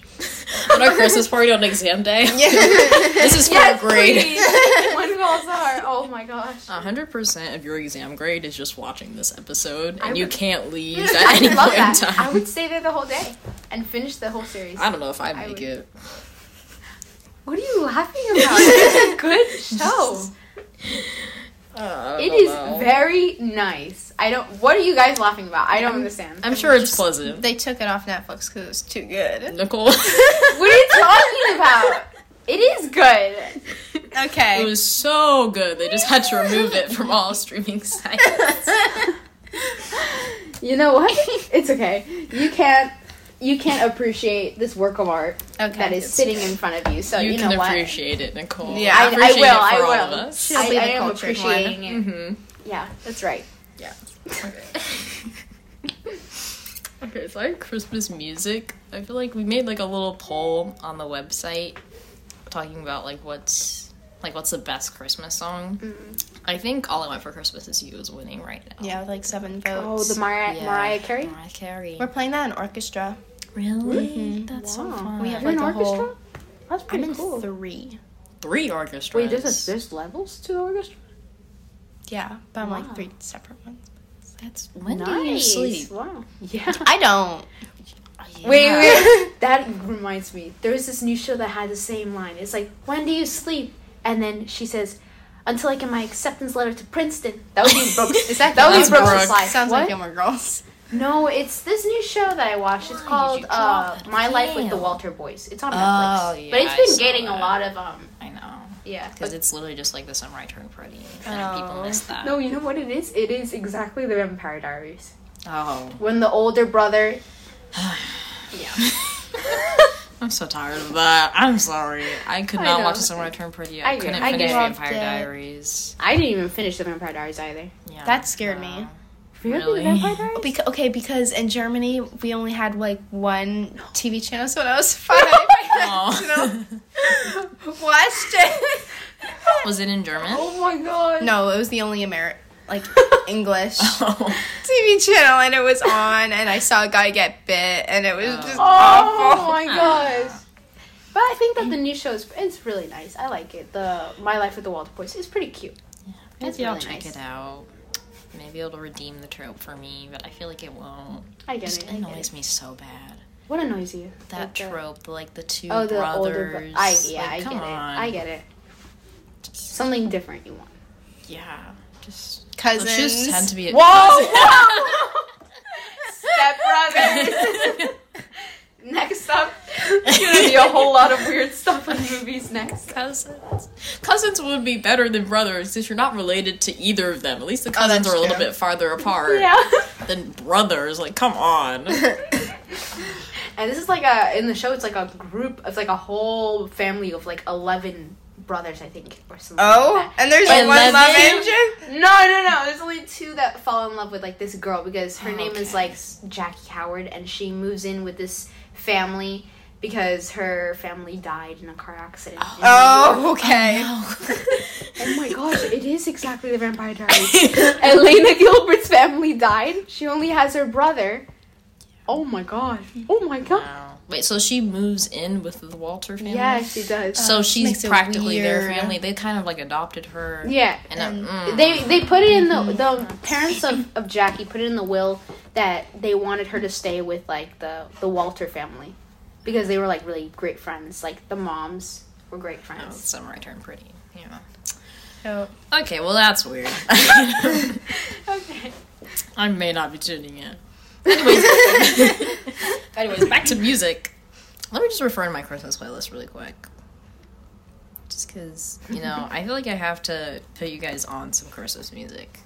Speaker 3: on our Christmas party on exam day. this is for
Speaker 4: Yes,
Speaker 3: our grade. Um,
Speaker 4: please. when girls are. Oh my gosh.
Speaker 3: A hundred percent of your exam grade is just watching this episode, and
Speaker 4: I
Speaker 3: you
Speaker 4: would-
Speaker 3: can't leave
Speaker 4: I
Speaker 3: at any
Speaker 4: love
Speaker 3: point in
Speaker 4: that.
Speaker 3: time.
Speaker 4: I would stay there the whole day and finish the whole series.
Speaker 3: I don't know if I make
Speaker 4: I would-
Speaker 3: it.
Speaker 4: What are you laughing about? it's a good show.
Speaker 3: Uh, I
Speaker 4: It
Speaker 3: don't
Speaker 4: is
Speaker 3: know.
Speaker 4: very nice. I don't. What are you guys laughing about? I don't understand.
Speaker 3: I'm sure it's pleasant.
Speaker 2: They took it off Netflix because it was too good.
Speaker 3: Nicole,
Speaker 4: what are you talking about? It is good.
Speaker 2: Okay.
Speaker 3: it was so good. They just had to remove it from all streaming sites.
Speaker 4: You know what? it's okay. You can't. You can't appreciate this work of art
Speaker 2: Okay.
Speaker 4: that is sitting in front of you. So you,
Speaker 3: you,
Speaker 4: know
Speaker 3: can
Speaker 4: what?
Speaker 3: appreciate it, Nicole.
Speaker 2: Yeah,
Speaker 4: I,
Speaker 2: I
Speaker 4: I
Speaker 3: appreciate
Speaker 4: will.
Speaker 3: it
Speaker 4: I
Speaker 3: for
Speaker 4: will.
Speaker 3: all of us.
Speaker 4: I,
Speaker 2: She'll be
Speaker 4: I
Speaker 2: the
Speaker 4: am
Speaker 2: cultured
Speaker 4: appreciating it.
Speaker 3: Mm-hmm.
Speaker 4: Yeah, that's right.
Speaker 3: Yeah. Okay, so I have Christmas music. I feel like we made like a little poll on the website talking about like what's like what's the best Christmas song.
Speaker 4: Mm-hmm.
Speaker 3: I think All I Want for Christmas Is You is winning right now.
Speaker 2: Yeah, with like seven
Speaker 4: Oh,
Speaker 2: votes.
Speaker 4: the Mariah,
Speaker 3: Yeah.
Speaker 4: Mariah Carey.
Speaker 3: Mariah Carey.
Speaker 2: We're playing that in orchestra.
Speaker 3: Really? That's so
Speaker 4: Wow.
Speaker 3: fun.
Speaker 2: We have
Speaker 4: You're
Speaker 2: like
Speaker 4: in
Speaker 2: a
Speaker 4: orchestra.
Speaker 2: whole.
Speaker 4: That's
Speaker 2: I'm
Speaker 4: pretty
Speaker 2: in
Speaker 4: cool.
Speaker 2: three.
Speaker 3: three orchestras.
Speaker 4: Wait, there's a, there's levels to the orchestra.
Speaker 2: Yeah, but I'm
Speaker 4: Wow.
Speaker 2: like three separate ones.
Speaker 3: That's when
Speaker 4: nice.
Speaker 3: do you sleep?
Speaker 4: Wow. Yeah.
Speaker 2: I don't.
Speaker 4: Wait, wait. that reminds me. There was this new show that had the same line. It's like, when do you sleep? And then she says, until I get my acceptance letter to Princeton. That would be Brooks.
Speaker 2: Is that
Speaker 4: that would be
Speaker 2: Gilmore
Speaker 4: Brooks'
Speaker 2: Girls?
Speaker 4: life.
Speaker 2: Sounds
Speaker 4: what?
Speaker 2: like Gilmore Girls.
Speaker 4: No, it's this new show that I watched. It's
Speaker 3: Why
Speaker 4: called
Speaker 3: did you
Speaker 4: uh,
Speaker 3: drop it?
Speaker 4: My Life with the
Speaker 3: Damn.
Speaker 4: Walter Boys. It's on
Speaker 3: Oh,
Speaker 4: Netflix.
Speaker 3: yeah,
Speaker 4: but it's
Speaker 3: I
Speaker 4: been
Speaker 3: saw
Speaker 4: getting a
Speaker 3: that.
Speaker 4: lot of um
Speaker 3: I know.
Speaker 4: yeah.
Speaker 3: Because it's literally just like the Samurai Turn Party. And people
Speaker 2: Oh.
Speaker 3: miss that.
Speaker 4: No, you know what it is? It is exactly the Vampire Diaries.
Speaker 3: Oh.
Speaker 4: When the older brother
Speaker 3: I'm so tired of that. I'm sorry. I could
Speaker 4: I
Speaker 3: not
Speaker 4: know.
Speaker 3: watch The Samurai Turn Pretty.
Speaker 4: I
Speaker 3: I,
Speaker 4: get-
Speaker 3: couldn't
Speaker 4: I
Speaker 3: finish
Speaker 2: get-
Speaker 3: Vampire
Speaker 2: Loved it.
Speaker 3: Diaries.
Speaker 4: I didn't even finish the Vampire Diaries either.
Speaker 3: Yeah.
Speaker 2: That scared me.
Speaker 4: Really?
Speaker 3: Really?
Speaker 4: The Vampire Diaries?
Speaker 2: Beca- okay, Oh, because in Germany we only had like one TV channel, so when I was five, I
Speaker 3: Oh.
Speaker 2: watched it.
Speaker 3: Was it in German?
Speaker 4: Oh my god.
Speaker 2: no, it was the only Ameri- like English
Speaker 3: Oh.
Speaker 2: TV channel, and it was on, and I saw a guy get bit, and it was
Speaker 3: Oh.
Speaker 2: just
Speaker 4: Oh
Speaker 2: awful.
Speaker 4: my gosh. But I think that the new show is it's really nice. I like it. The My Life with the Walter Boys is pretty cute.
Speaker 3: Maybe
Speaker 4: That's
Speaker 3: I'll
Speaker 4: really
Speaker 3: check
Speaker 4: nice.
Speaker 3: it out. Maybe it'll redeem the trope for me, but I feel like it won't.
Speaker 4: I get
Speaker 3: Just
Speaker 4: it. I get it.
Speaker 3: annoys me so bad.
Speaker 4: What annoys you?
Speaker 3: That
Speaker 4: Like the-
Speaker 3: trope, like the two
Speaker 4: Oh, the older.
Speaker 3: brothers.
Speaker 4: Bro- I yeah,
Speaker 3: like,
Speaker 4: I
Speaker 3: come
Speaker 4: get
Speaker 3: on.
Speaker 4: it. I get it. Something different you want.
Speaker 3: Yeah, just let's
Speaker 2: Cousins.
Speaker 3: just tend to be.
Speaker 4: Step brothers. next up, it's gonna be a whole lot of weird stuff in movies next.
Speaker 3: cousins. Cousins would be better than brothers since you're not related to either of them. At least the
Speaker 2: Oh, that's
Speaker 3: cousins are a little
Speaker 2: true.
Speaker 3: bit farther apart
Speaker 4: Yeah.
Speaker 3: than brothers. Like, come on.
Speaker 4: And this is like a in the show. It's like a group. It's like a whole family of like eleven brothers, I think, or something.
Speaker 2: Oh,
Speaker 4: like that.
Speaker 2: and there's
Speaker 3: And
Speaker 2: one love
Speaker 3: Levin.
Speaker 2: engine.
Speaker 4: no, no, no. There's only two that fall in love with like this girl because her name
Speaker 3: Oh,
Speaker 4: is
Speaker 3: Okay.
Speaker 4: like S- Jackie Howard, and she moves in with this family because her family died in a car accident. in New York.
Speaker 2: Oh, okay.
Speaker 4: Oh my gosh, it is exactly the Vampire Diaries. Elena Gilbert's family died. She only has her brother. Oh my gosh. Oh my god.
Speaker 3: Wow. Wait, so she moves in with the Walter family?
Speaker 4: Yeah, she does.
Speaker 3: So
Speaker 2: Uh, makes
Speaker 3: she's
Speaker 2: it
Speaker 3: practically their
Speaker 2: weird.
Speaker 3: family. They kind of like adopted her.
Speaker 4: Yeah.
Speaker 3: And, um, mm.
Speaker 4: They they put it in the
Speaker 3: Mm-hmm.
Speaker 4: the parents of, of Jackie put it in the will that they wanted her to stay with like the the Walter family because they were like really great friends. Like the moms were great
Speaker 3: Oh,
Speaker 4: friends.
Speaker 3: Samurai turned pretty. Yeah.
Speaker 2: Oh.
Speaker 3: Okay, well that's weird.
Speaker 4: Okay.
Speaker 3: I may not be tuning in. Anyways, anyways, back to music. Let me just refer to my Christmas playlist really quick. Just because, you know, I feel like I have to put you guys on some Christmas music.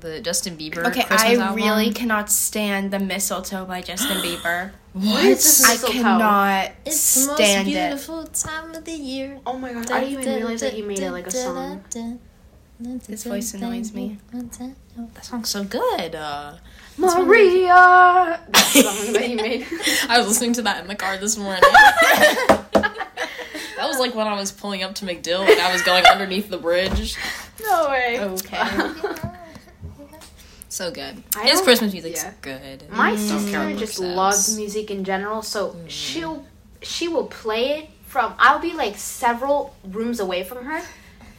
Speaker 3: The Justin Bieber
Speaker 2: Okay,
Speaker 3: Christmas
Speaker 2: I
Speaker 3: album.
Speaker 2: really cannot stand the mistletoe by Justin Bieber.
Speaker 4: What is this
Speaker 2: I
Speaker 4: mistletoe?
Speaker 2: cannot
Speaker 3: It's the most
Speaker 2: stand it.
Speaker 3: beautiful time of the year.
Speaker 4: Oh my gosh, I didn't even realize that he made it like a song.
Speaker 2: His voice annoys me.
Speaker 3: That song's so good. Uh,
Speaker 4: Maria that song that he made.
Speaker 3: I was listening to that in the car this morning. that was like when I was pulling up to McDill and I was going underneath the bridge.
Speaker 4: No way.
Speaker 2: Oh, Okay.
Speaker 3: So good.
Speaker 4: I
Speaker 3: His
Speaker 4: don't-
Speaker 3: Christmas music's
Speaker 4: yeah.
Speaker 3: good.
Speaker 4: My
Speaker 3: care
Speaker 4: sister
Speaker 3: what
Speaker 4: just
Speaker 3: Luke says.
Speaker 4: loves music in general, so
Speaker 3: Mm.
Speaker 4: she'll she will play it from I'll be like several rooms away from her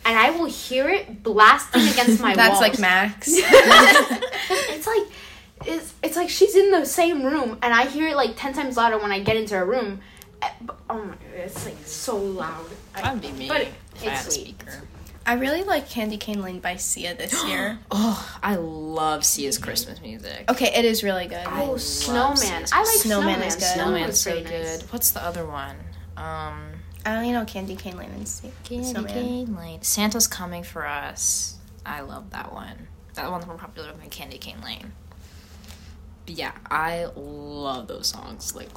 Speaker 4: and I will hear it blasting against my
Speaker 2: That's
Speaker 4: walls.
Speaker 2: like Max.
Speaker 4: it's like it's it's like she's in the same room and I hear it like 10 times louder when I get into her room.
Speaker 5: Eh,
Speaker 4: Uh, but- Oh my god, it's like so loud. I-
Speaker 3: That'd be me.
Speaker 4: But
Speaker 3: if I
Speaker 4: it's
Speaker 3: had a
Speaker 4: sweet.
Speaker 3: speaker.
Speaker 2: I really like Candy Cane Lane by Sia this year.
Speaker 3: Oh, I love Sia's Christmas music.
Speaker 2: Okay, it is really good.
Speaker 4: Oh,
Speaker 3: love
Speaker 4: snowman.
Speaker 3: Sears.
Speaker 4: I like snowman.
Speaker 2: Snowman is good.
Speaker 4: Snowman
Speaker 3: Snowman's
Speaker 4: was
Speaker 3: so
Speaker 4: pretty
Speaker 3: good.
Speaker 4: nice.
Speaker 3: What's the other one? Um,
Speaker 2: I only know Candy Cane Lane and Sia.
Speaker 3: Candy
Speaker 2: Snowman.
Speaker 3: Cane Lane. Santa's coming for us. I love that one. That one's more popular than Candy Cane Lane. But yeah, I love those songs. Like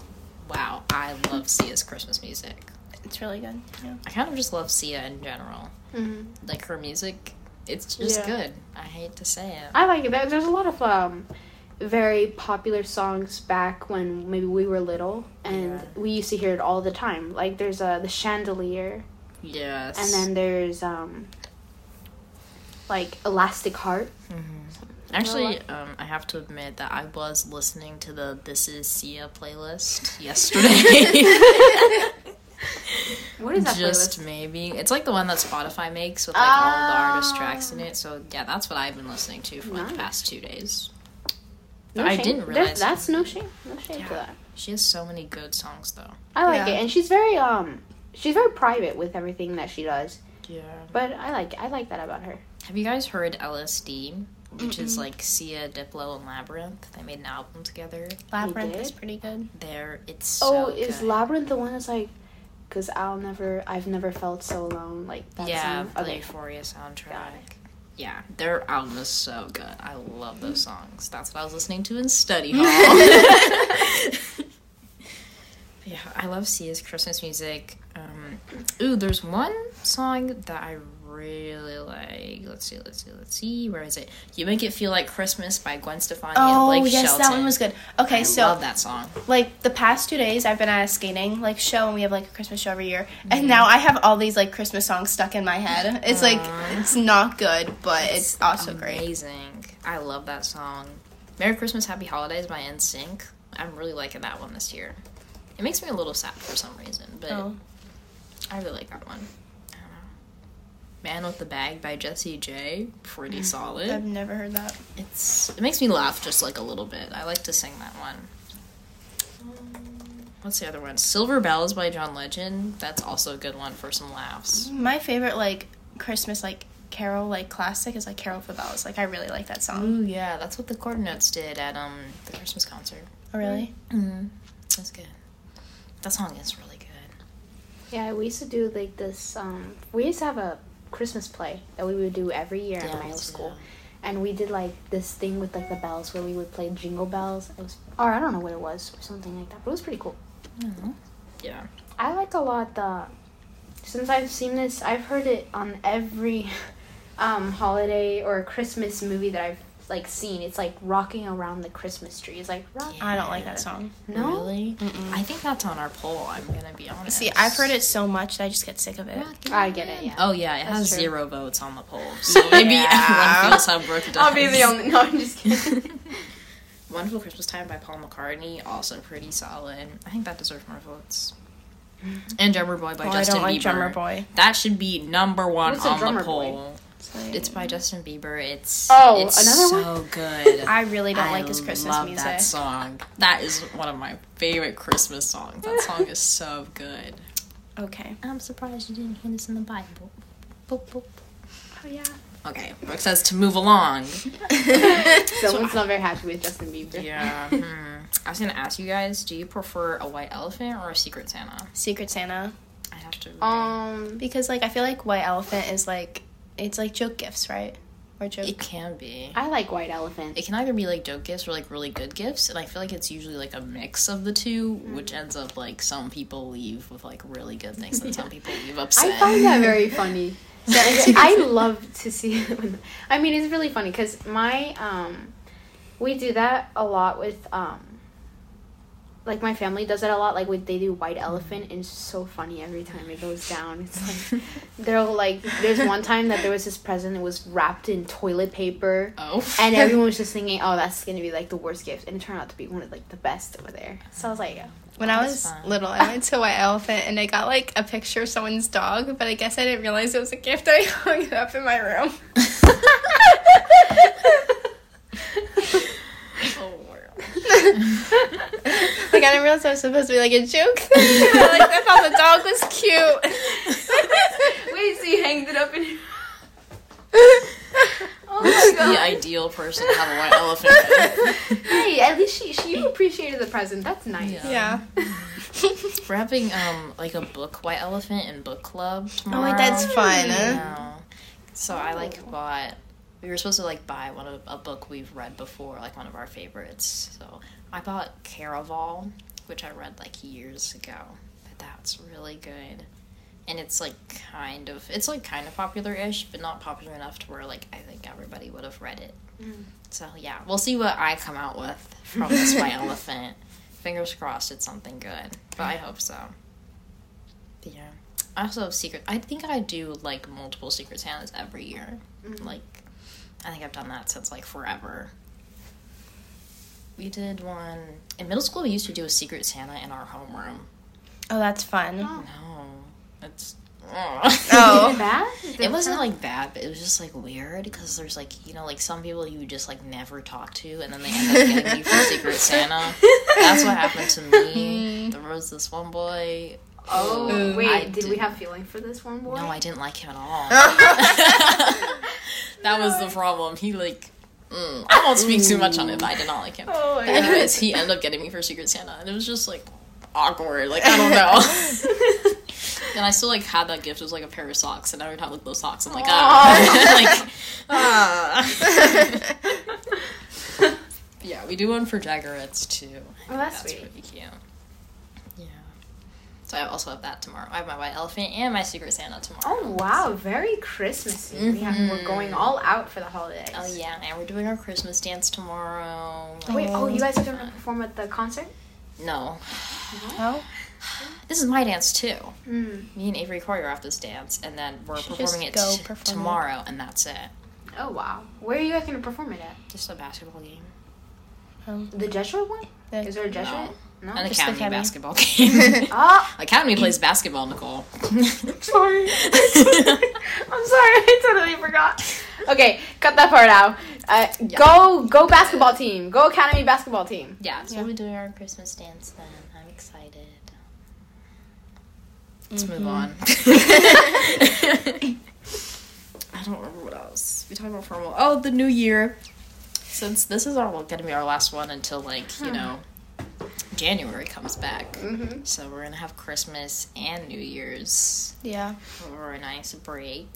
Speaker 3: wow, I love Sia's Christmas music.
Speaker 2: It's really good. Yeah.
Speaker 3: I kind of just love Sia in general. Like her music, it's just
Speaker 5: Yeah.
Speaker 3: good. I hate to say it.
Speaker 5: I like it. There- There's a lot of um, very popular songs back when maybe we were little, and we used to hear it all the time. Like there's uh, the chandelier,
Speaker 3: Yes.
Speaker 5: and then there's um, like elastic heart.
Speaker 3: Actually, um, I have to admit that I was listening to the This Is Sia playlist yesterday.
Speaker 5: What is that
Speaker 3: Just
Speaker 5: playlist?
Speaker 3: maybe. It's like the one that Spotify makes with like all the artist tracks in it. So yeah, that's what I've been listening to for like the
Speaker 5: Ah. Nice.
Speaker 3: past two days.
Speaker 5: No
Speaker 3: I
Speaker 5: shame.
Speaker 3: didn't
Speaker 5: There's-
Speaker 3: realize-
Speaker 5: that's no shame. No shame to
Speaker 3: Yeah.
Speaker 5: that.
Speaker 3: She has so many good songs though.
Speaker 5: I like
Speaker 2: Yeah.
Speaker 5: it, and she's very um, she's very private with everything that she does.
Speaker 3: Yeah.
Speaker 5: But I like I like that about her.
Speaker 3: Have you guys heard LSD? Which is like Sia, Diplo, and Labyrinth. They made an album together.
Speaker 2: Labyrinth
Speaker 5: did?
Speaker 2: is pretty good.
Speaker 3: There, it's so
Speaker 5: oh, is
Speaker 3: good.
Speaker 5: labyrinth the one that's like? Cause I'll never, I've never felt so alone like that.
Speaker 3: yeah,
Speaker 5: song?
Speaker 3: the Euphoria soundtrack. Yeah, their album is so good. I love those
Speaker 2: Mm.
Speaker 3: songs. That's what I was listening to in study hall. yeah, I love Sia's Christmas music. Um, ooh, there's one song that I really like. Let's see, let's see, let's see. Where is it? "You Make It Feel Like Christmas" by Gwen Stefani
Speaker 2: Oh
Speaker 3: and Blake
Speaker 2: yes,
Speaker 3: Shelton.
Speaker 2: that one was good. Okay,
Speaker 3: I
Speaker 2: so
Speaker 3: love that song.
Speaker 2: like the past two days I've been at a skating like show and we have like a Christmas show every year
Speaker 3: Mm-hmm.
Speaker 2: and now I have all these like Christmas songs stuck in my head. It's like it's not good but it's, also great.
Speaker 3: Amazing. I love that song. Merry Christmas, Happy Holidays by NSYNC. I'm really liking that one this year. It makes me a little sad for some reason, but
Speaker 2: Oh.
Speaker 3: I really like that one. I don't know. Man with the Bag by Jesse J. Pretty
Speaker 2: I've
Speaker 3: solid.
Speaker 2: never heard that.
Speaker 3: It's it makes me laugh just like a little bit. I like to sing that one. What's the other one? Silver Bells by John Legend. That's also a good one for some laughs.
Speaker 2: My favorite like Christmas like carol like classic is like Carol for Bells. Like I really like that song.
Speaker 3: Ooh yeah, that's what the Coordinates did at um the Christmas concert.
Speaker 2: Oh really?
Speaker 3: Mm-hmm. That's good. That song is really good.
Speaker 5: Yeah, we used to do like this. Um, we used to have a Christmas play that we would do every year
Speaker 3: Yeah,
Speaker 5: in my
Speaker 3: me
Speaker 5: old
Speaker 3: too.
Speaker 5: school, and we did like this thing with like the bells where we would play jingle bells. It was, or I don't know what it was, or something like that. But it was pretty cool.
Speaker 3: Yeah.
Speaker 5: I like a lot the. Since I've seen this, I've heard it on every um, holiday or Christmas movie that I've like seen. It's like rocking around the Christmas tree. It's like rock.
Speaker 2: I don't like that song.
Speaker 5: No.
Speaker 3: Really? I think that's on our poll. I'm gonna be honest.
Speaker 2: See, I've heard it so much that I just get sick of it.
Speaker 5: I get it. Yeah.
Speaker 3: Oh yeah, it has
Speaker 5: true.
Speaker 3: zero votes on the poll, so maybe everyone feels how Brooke does.
Speaker 5: only. No, I'm just kidding.
Speaker 3: Wonderful Christmas Time by Paul McCartney, also pretty solid. I think that deserves more votes. And Drummer Boy by
Speaker 2: Oh, I
Speaker 3: Justin
Speaker 2: don't like
Speaker 3: Bieber.
Speaker 2: Drummer Boy.
Speaker 3: That should be number one
Speaker 5: What's a
Speaker 3: on the
Speaker 5: Drummer Boy?
Speaker 3: poll. It's
Speaker 2: It's
Speaker 3: by Justin Bieber. It's
Speaker 5: Oh,
Speaker 3: it's
Speaker 5: another
Speaker 3: so good.
Speaker 2: I really don't like his Christmas
Speaker 3: love
Speaker 2: music.
Speaker 3: that song. That is one of my favorite Christmas songs. That song is so good.
Speaker 2: Okay.
Speaker 3: I'm surprised you didn't hear this in the Bible.
Speaker 5: Oh, yeah.
Speaker 3: Okay, Brooke says to move along.
Speaker 5: Someone's not very happy with Justin Bieber.
Speaker 3: Yeah. hmm. I was gonna ask you guys: Do you prefer a white elephant or a secret Santa?
Speaker 2: Secret Santa.
Speaker 3: I have to.
Speaker 5: Um,
Speaker 2: Because like I feel like White Elephant is like it's like joke gifts, right? Or joke
Speaker 3: it can be.
Speaker 5: I like White Elephant.
Speaker 3: It can either be like joke gifts or like really good gifts, and I feel like it's usually like a mix of the 2
Speaker 5: Mm-hmm.
Speaker 3: which ends up like some people leave with like really good things, and some people leave upset.
Speaker 5: I find that very funny. I love to see it. when- I mean, it's really funny because my um, we do that a lot with um, like my family does it a lot. Like with they do White Elephant, and it's so funny every time it goes down. It's like they're like, there's one time that there was this present that was wrapped in toilet paper.
Speaker 3: oh.
Speaker 5: And everyone was just thinking, oh, that's gonna be like the worst gift, and it turned out to be one of like the best over there. So I was like,
Speaker 2: When I
Speaker 3: That's
Speaker 2: was
Speaker 3: fun.
Speaker 2: little, I went to White Elephant and I got like a picture of someone's dog, but I guess I didn't realize it was a gift. I hung it up in my room. Like I didn't realize I was supposed to be like a joke thing. like I thought the dog was cute.
Speaker 5: wait, so you hanged it up in your
Speaker 4: Oh
Speaker 3: the ideal person to have a white elephant.
Speaker 5: Hey, at least she she appreciated the present. That's nice.
Speaker 3: Yeah.
Speaker 2: yeah.
Speaker 3: We're having um like a book white elephant and book club
Speaker 2: Oh
Speaker 3: tomorrow.
Speaker 2: wait, that's fun.
Speaker 3: Yeah. So I like bought. We were supposed to like buy one of a book we've read before, like one of our favorites. So I bought Caraval, which I read like years ago. But that's really good. And it's like kind of it's like kind of popular ish, but not popular enough to where like I think everybody would have read it.
Speaker 2: Mm.
Speaker 3: So yeah, we'll see what I come out with from this my elephant. Fingers crossed it's something good. But I hope so. But yeah. I also have secret I think I do like multiple secret Santas every year. Like I think I've done that since like forever. We did one in middle school. We used to do a Secret Santa in our homeroom.
Speaker 2: Oh, that's fun.
Speaker 4: Oh.
Speaker 3: No, that's.
Speaker 4: Is
Speaker 2: Oh,
Speaker 4: it bad?
Speaker 3: it wasn't like bad, but it was just like weird because there's like you know like some people you just like never talk to, and then they end up getting you for Secret Santa. That's what happened to me. There was this one boy.
Speaker 4: Oh wait,
Speaker 3: I
Speaker 4: did we
Speaker 3: didn't-
Speaker 4: have feeling for this one boy?
Speaker 3: No, I didn't like him at all. that was the problem. He like. Mm, I won't speak too much on it, but I did not like him.
Speaker 4: Oh,
Speaker 3: But anyways, he ended up getting me for Secret Santa, and it was just like awkward. Like I don't know. and I still like had that gift. It was like a pair of socks, and I would have like those socks. I'm like, ah, like, ah. yeah, we do one for Jaggerettes too.
Speaker 4: Oh, that's sweet.
Speaker 3: pretty cute. Yeah. So I also have that tomorrow. I have my white elephant and my Secret Santa tomorrow.
Speaker 4: Oh wow, very Christmassy. We have, we're going all out for the holidays.
Speaker 3: Oh yeah, and we're doing our Christmas dance tomorrow. Like,
Speaker 4: Wait, oh, you guys are gonna perform at the concert?
Speaker 3: no,
Speaker 2: Oh.
Speaker 3: this is my dance too.
Speaker 4: Mm.
Speaker 3: Me and Avery choreographed this dance, and then we're
Speaker 2: Should
Speaker 3: performing it
Speaker 2: just go
Speaker 3: t-
Speaker 2: perform it.
Speaker 3: tomorrow, and that's it.
Speaker 4: Oh wow, where are you guys gonna perform it at?
Speaker 3: Just a basketball game.
Speaker 4: The Jesuit one?
Speaker 2: The-
Speaker 4: Is there a Jesuit? No.
Speaker 3: An
Speaker 2: Just the
Speaker 3: academy
Speaker 2: academy.
Speaker 3: basketball game.
Speaker 4: Oh,
Speaker 3: academy plays basketball, Nicole.
Speaker 4: sorry. I'm sorry, I totally forgot. Okay, cut that part out. Uh, Go, go basketball team. Go academy basketball team.
Speaker 3: yeah, so we're doing our Christmas dance then. I'm excited. Let's move on. I don't remember what else. We talked about formal. Oh, the new year. Since this is our going to be our last one until like you know January comes back,
Speaker 4: Mm-hmm.
Speaker 3: so we're gonna have Christmas and New Year's
Speaker 2: Yeah.
Speaker 3: over a nice break.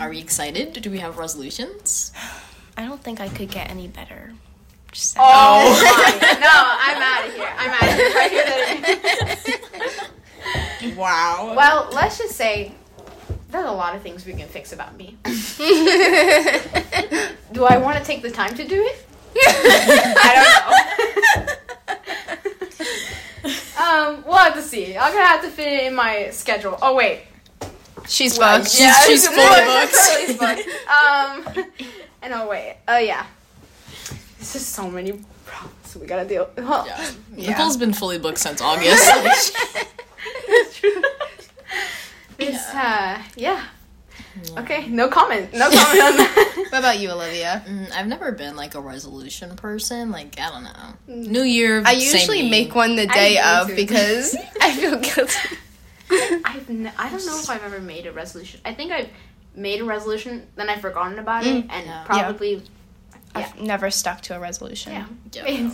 Speaker 3: Are we excited? Do we have resolutions?
Speaker 2: I don't think I could get any better. Just saying.
Speaker 4: Oh, my. no, I'm out of here. I'm out of here. If I hear that-
Speaker 3: Wow.
Speaker 4: Well, let's just say there's a lot of things we can fix about me. do I want to take the time to do it? I don't know. um, we'll have to see. I'm gonna have to fit it in my schedule. Oh wait,
Speaker 2: She's
Speaker 4: Well,
Speaker 2: bugged.
Speaker 4: yeah,
Speaker 3: she's
Speaker 4: it's-
Speaker 3: full of
Speaker 4: it's totally fucked. Um, and oh wait, oh yeah. There's just so many problems we gotta deal. With. Oh.
Speaker 3: Yeah.
Speaker 4: Yeah.
Speaker 3: Nicole's been fully booked since August.
Speaker 4: It's uh, yeah. Okay, no comment. No comment on that.
Speaker 2: What about you, Olivia?
Speaker 3: Mm, I've never been like a resolution person. Like I don't know. New Year.
Speaker 2: I
Speaker 3: same
Speaker 2: usually
Speaker 3: me.
Speaker 2: make one the day
Speaker 4: do
Speaker 2: of
Speaker 4: too.
Speaker 2: because I feel guilty.
Speaker 4: I've n- I don't know if I've ever made a resolution. I think I've made a resolution, then I've forgotten about it, and
Speaker 3: Yeah.
Speaker 4: probably
Speaker 2: I've never stuck to a resolution.
Speaker 4: yeah.
Speaker 3: Yeah.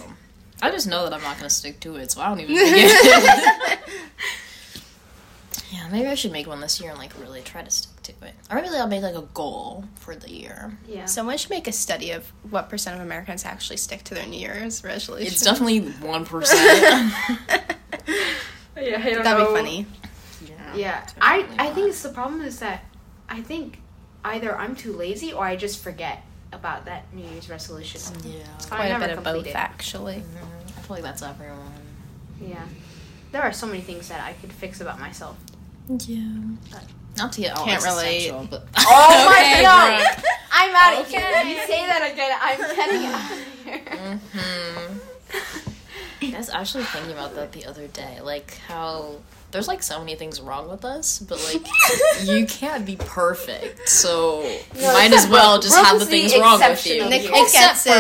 Speaker 3: I just know that I'm not gonna stick to it, so I don't even. Think it. yeah, maybe I should make one this year and like really try to stick to it. Or maybe I'll make like a goal for the year.
Speaker 4: Yeah.
Speaker 2: Someone should make a study of what percent of Americans actually stick to their New Year's resolution.
Speaker 3: It's definitely one percent.
Speaker 4: yeah, I
Speaker 2: That'd
Speaker 4: don't know.
Speaker 2: be funny.
Speaker 4: Yeah, I I think it's the problem is that I think either I'm too lazy or I just forget about that New Year's resolution.
Speaker 3: Yeah.
Speaker 4: So I
Speaker 2: Quite a
Speaker 4: never
Speaker 2: bit of
Speaker 4: complete
Speaker 2: both,
Speaker 4: it.
Speaker 2: actually.
Speaker 3: Mhm. I feel like that's everyone.
Speaker 4: Yeah, there are so many things that I could fix about myself.
Speaker 3: Yeah. Not to get all
Speaker 2: Can't relate.
Speaker 3: existential, but
Speaker 4: Oh my
Speaker 3: Okay,
Speaker 4: God. I'm out of
Speaker 3: Okay.
Speaker 4: here. You say that again, I'm getting out of here.
Speaker 3: Hmm. I was actually thinking about that the other day, like how there's like so many things wrong with us, but like you can't be perfect, so might as well just
Speaker 4: Brooke
Speaker 3: have the
Speaker 4: is the
Speaker 3: things wrong with you.
Speaker 4: exception over
Speaker 2: here.
Speaker 3: Except
Speaker 2: Gets
Speaker 3: for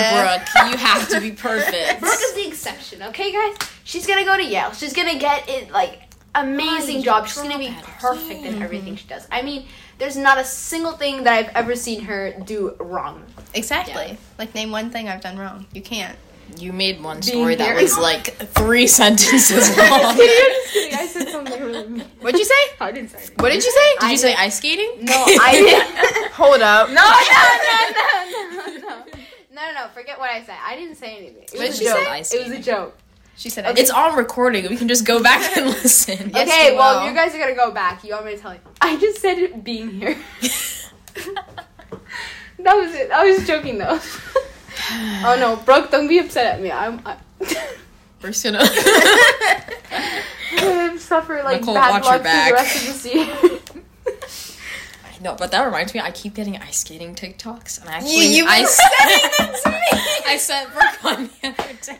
Speaker 2: it.
Speaker 3: Brooke, you have to be perfect.
Speaker 4: Brooke is the exception, okay, guys? She's gonna go to Yale. She's gonna get it like amazing
Speaker 3: Right,
Speaker 4: job. She's gonna be
Speaker 3: drop out.
Speaker 4: perfect in everything she does. I mean, there's not a single thing that I've ever seen her do wrong.
Speaker 2: Exactly.
Speaker 3: Yeah.
Speaker 2: Like, name one thing I've done wrong. You can't.
Speaker 3: You made one story that
Speaker 4: very-
Speaker 3: was like three sentences long.
Speaker 4: I said something really mean.
Speaker 2: What'd you say?
Speaker 4: I didn't say
Speaker 2: What did you say?
Speaker 3: Did you say ice skating?
Speaker 4: No, I didn't.
Speaker 2: Hold up. No.
Speaker 4: no, no, no, no, no, no, no, no, no. Forget what I said. I didn't say anything. It
Speaker 3: What
Speaker 4: was
Speaker 3: did
Speaker 4: a
Speaker 3: she
Speaker 4: joke.
Speaker 3: say?
Speaker 4: It was a joke.
Speaker 2: She said,
Speaker 3: It's on recording. We can just go back and listen.
Speaker 5: okay,
Speaker 2: you
Speaker 5: well,
Speaker 2: will.
Speaker 5: you guys are gonna go back. You want me to tell you? I just said it being here. that was it. I was joking though. oh no, Brooke, don't be upset at me. I'm. I-
Speaker 3: We're just gonna.
Speaker 5: I suffer like
Speaker 3: Nicole,
Speaker 5: bad
Speaker 3: watch your
Speaker 5: luck for
Speaker 3: back.
Speaker 5: the rest of this year.
Speaker 3: no, but that reminds me. I keep getting ice skating TikToks, and I actually
Speaker 2: you've
Speaker 3: I
Speaker 2: been
Speaker 3: sending them to me. I sent Brooke one the other day.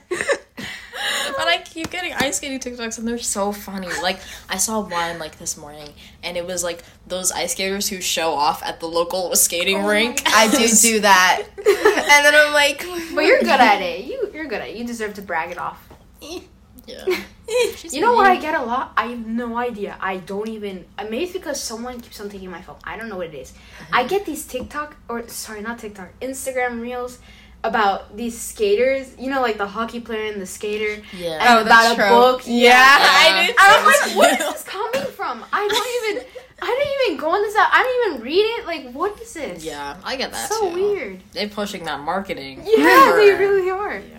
Speaker 3: But I keep getting ice skating TikToks and they're so funny. Like I saw one like this morning and it was like those ice skaters who show off at the local skating rink.
Speaker 2: I do do that. and then I'm like,
Speaker 5: but you're good at it. You you're good at it. You deserve to brag it off.
Speaker 3: Yeah. She's
Speaker 5: You know what
Speaker 3: mean.
Speaker 5: I get a lot? I have no idea. I don't even. uh, Maybe it's because someone keeps on taking my phone. I don't know what it is.
Speaker 3: Mm-hmm.
Speaker 5: I get these TikTok or sorry, not TikTok, Instagram reels about these skaters. You know, like the hockey player and the skater.
Speaker 3: Yeah.
Speaker 5: And
Speaker 2: Oh, that's true.
Speaker 5: about a book.
Speaker 2: yeah, I
Speaker 3: Yeah.
Speaker 2: do.
Speaker 5: I'm like, where is this coming from? I don't even. I didn't even go on this. I didn't even read it. Like, what is this?
Speaker 3: Yeah, I get that
Speaker 5: So
Speaker 3: too.
Speaker 5: weird.
Speaker 3: They pushing that marketing.
Speaker 5: Yeah, they
Speaker 3: Sure.
Speaker 5: really are.
Speaker 3: Yeah.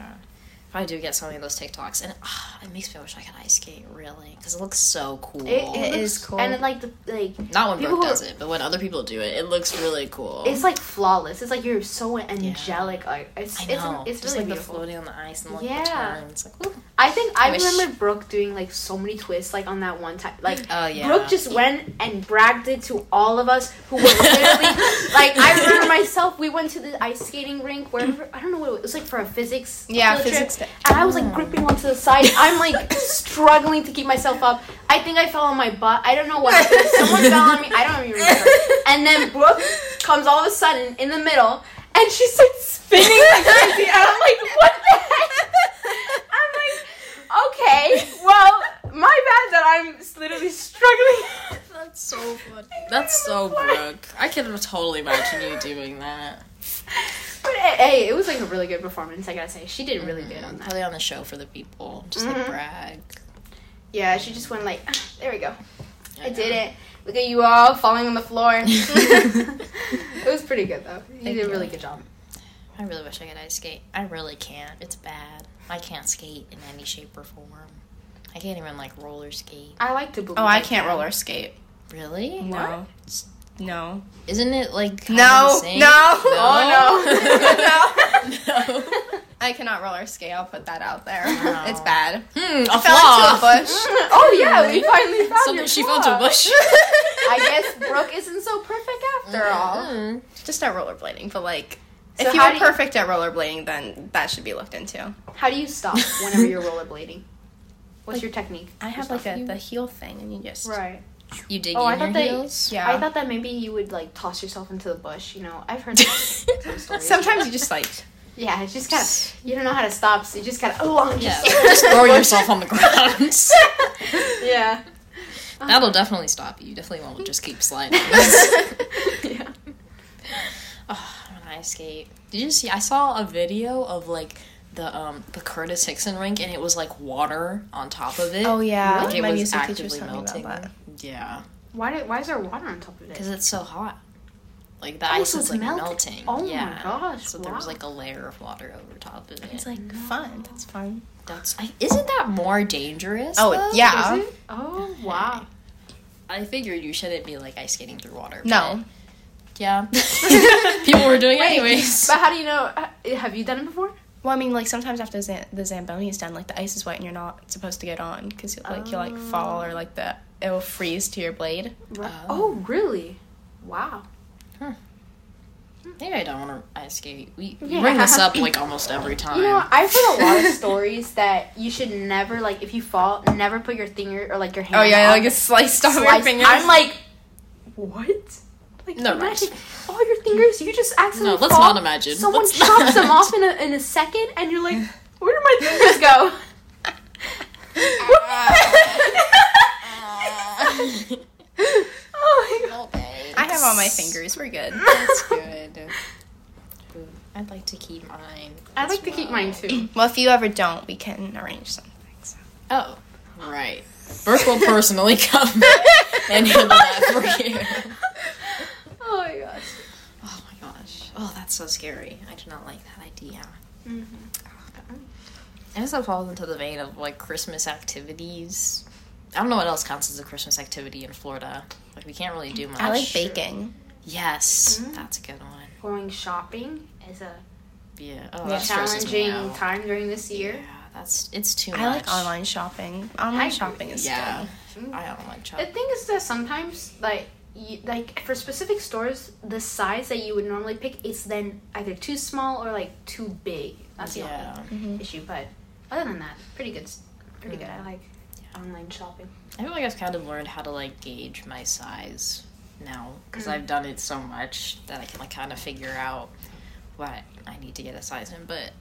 Speaker 3: I do get so many of those TikToks, and ah, it makes me wish I could ice skate really, because it looks so cool.
Speaker 5: It, it,
Speaker 2: It
Speaker 5: looks-
Speaker 2: is cool.
Speaker 5: And like the like,
Speaker 3: Not when
Speaker 5: people
Speaker 3: Brooke
Speaker 5: who-
Speaker 3: does it, but when other people do it, it looks really cool.
Speaker 5: it's like flawless. It's like you're so angelic. Like, it's
Speaker 3: I
Speaker 5: it's,
Speaker 3: know.
Speaker 5: it's
Speaker 3: Just
Speaker 5: really
Speaker 3: like
Speaker 5: beautiful.
Speaker 3: the floating on the ice and like
Speaker 5: Yeah.
Speaker 3: the turns. Like, ooh.
Speaker 5: I think I,
Speaker 3: I wish-
Speaker 5: remember Brooke doing like so many twists like on that one time. Like
Speaker 3: Oh, yeah.
Speaker 5: Brooke just went and bragged it to all of us who were literally like I remember myself. We went to the ice skating rink wherever I don't know what it was, it was like for a physics
Speaker 2: Yeah,
Speaker 5: field
Speaker 2: physics
Speaker 5: trip,
Speaker 2: day.
Speaker 5: and I was like gripping onto the side. I'm like struggling to keep myself up. I think I fell on my butt. I don't know what. Someone fell on me. I don't even remember. And then Brooke comes all of a sudden in the middle. And she starts spinning like crazy, and I'm like, "What the heck?" I'm like, Okay, well, my bad that I'm s- literally struggling.
Speaker 3: That's so funny. That's so Brooke. I could totally imagine you doing that.
Speaker 5: But hey, hey, it was like a really good performance, I gotta say. She did really good on that.
Speaker 3: Probably on the show for the people. Just
Speaker 5: Mm-hmm.
Speaker 3: like brag.
Speaker 5: Yeah, she just went like, "Ah, there we go. I did it. Look at you all falling on the floor. it was pretty good though. You did a really good job.
Speaker 3: I really wish I could ice skate. I really can't. It's bad. I can't skate in any shape or form. I can't even like roller skate.
Speaker 5: I like to believe.
Speaker 2: Oh, I
Speaker 5: that.
Speaker 2: can't roller skate.
Speaker 3: Really?
Speaker 2: No. No.
Speaker 3: Isn't it like kind
Speaker 2: No.
Speaker 3: Of
Speaker 2: No.
Speaker 3: insane?
Speaker 2: Oh
Speaker 3: no. no.
Speaker 2: I cannot roller skate. I'll put that out there.
Speaker 3: Wow.
Speaker 2: It's bad.
Speaker 3: Hmm, a
Speaker 2: Fell
Speaker 3: flaw.
Speaker 2: into a bush.
Speaker 5: Oh yeah, we finally found
Speaker 3: Something
Speaker 5: your
Speaker 3: she
Speaker 5: flaw.
Speaker 3: fell into a bush.
Speaker 5: I guess Brooke isn't so perfect after all.
Speaker 3: Mm.
Speaker 2: Just at rollerblading, but like.
Speaker 5: So
Speaker 2: if you
Speaker 5: how
Speaker 2: were
Speaker 5: do you-
Speaker 2: perfect at rollerblading, then that should be looked into.
Speaker 5: How do you stop whenever you're rollerblading? What's your technique?
Speaker 2: I have like a, the heel thing, and you just
Speaker 5: Right.
Speaker 3: You dig
Speaker 5: Oh, I
Speaker 3: in your
Speaker 5: thought they-
Speaker 3: heels?
Speaker 2: yeah.
Speaker 5: I thought that maybe you would like toss yourself into the bush. You know, I've heard that. some stories.
Speaker 2: Sometimes you just like
Speaker 5: yeah, it's just kind of you don't know how to stop, so you just kind of oh, I'm
Speaker 3: Yeah,
Speaker 5: just
Speaker 3: like, just throw yourself on the ground.
Speaker 5: yeah.
Speaker 3: That'll definitely stop you. You definitely won't just keep sliding.
Speaker 5: yeah.
Speaker 3: when I skate, did you see? I saw a video of like the um the Curtis Hickson rink, and it was like water on top of it.
Speaker 2: Oh yeah,
Speaker 3: like it
Speaker 2: my
Speaker 3: was
Speaker 2: music teacher was
Speaker 3: actively
Speaker 2: talking
Speaker 3: melting.
Speaker 2: about that.
Speaker 3: Yeah,
Speaker 5: Why did, why is there water on top of it?
Speaker 3: because it's so hot. Like the
Speaker 5: Oh,
Speaker 3: ice
Speaker 5: so
Speaker 3: is
Speaker 5: it's
Speaker 3: like melting.
Speaker 5: melting. Oh my
Speaker 3: yeah.
Speaker 5: gosh,
Speaker 3: So there was
Speaker 5: wow.
Speaker 3: like a layer of water over top of it.
Speaker 2: It's like fun. That's fun.
Speaker 3: That's I, isn't that more dangerous?
Speaker 2: Oh
Speaker 3: though?
Speaker 2: yeah.
Speaker 5: Is it? Oh wow.
Speaker 3: I figured you shouldn't be like ice skating through water.
Speaker 2: No.
Speaker 3: but Yeah. People were doing it anyways.
Speaker 5: But how do you know? uh, Have you done it before?
Speaker 2: Well, I mean, like sometimes after Zam- the zamboni is done, like the ice is wet and you're not supposed to get on because like you'll like fall or like the it will freeze to your blade.
Speaker 5: Right.
Speaker 3: Oh.
Speaker 5: Oh really? Wow.
Speaker 3: Maybe I don't want to ice skate. We we
Speaker 5: Yeah.
Speaker 3: bring this up like almost every time.
Speaker 5: You know, I've heard a lot of stories that you should never like if you fall, never put your finger or like your
Speaker 2: Oh,
Speaker 5: hand. on the
Speaker 2: sliced
Speaker 5: slice. I'm like, what? Like,
Speaker 3: No, right.
Speaker 5: imagine
Speaker 4: Oh,
Speaker 5: all your fingers. You just accidentally.
Speaker 3: No, let's
Speaker 5: fall,
Speaker 3: not imagine.
Speaker 5: Someone
Speaker 3: Let's
Speaker 5: chops
Speaker 3: not.
Speaker 5: them off in a in a second, and you're like, where did my fingers go? oh my god.
Speaker 2: I have all my fingers. We're good.
Speaker 3: That's good. I'd like to keep mine.
Speaker 5: I like to keep mine too.
Speaker 2: Well, if you ever don't, we can arrange something. So.
Speaker 3: Oh, right. Brooke will personally come and handle that for you.
Speaker 5: Oh my gosh.
Speaker 3: Oh my gosh. Oh, that's so scary. I do not like that idea. I guess that falls into the vein of like Christmas activities. I don't know what else counts as a Christmas activity in Florida. Like we can't really do much.
Speaker 2: I like Mm-hmm. baking.
Speaker 3: Yes, that's a good one.
Speaker 4: Going shopping is a
Speaker 3: Yeah. Oh, that stresses me
Speaker 4: challenging
Speaker 3: out.
Speaker 4: time during this year.
Speaker 3: Yeah, that's it's too much.
Speaker 2: I like online shopping.
Speaker 4: I
Speaker 2: Online
Speaker 4: agree.
Speaker 2: shopping is
Speaker 3: Yeah,
Speaker 2: good.
Speaker 3: I don't like
Speaker 4: The
Speaker 3: chocolate.
Speaker 4: thing is that sometimes, like, you, like for specific stores, the size that you would normally pick is then either too small or like too big. That's the
Speaker 3: Yeah,
Speaker 4: only issue. But other than that, pretty good. s-
Speaker 5: Mm.
Speaker 4: Pretty good. I like online shopping.
Speaker 3: I feel like I've kind of learned how to like gauge my size now
Speaker 4: Mm.
Speaker 3: because I've done it so much that I can like kind of figure out what I need to get a size in. But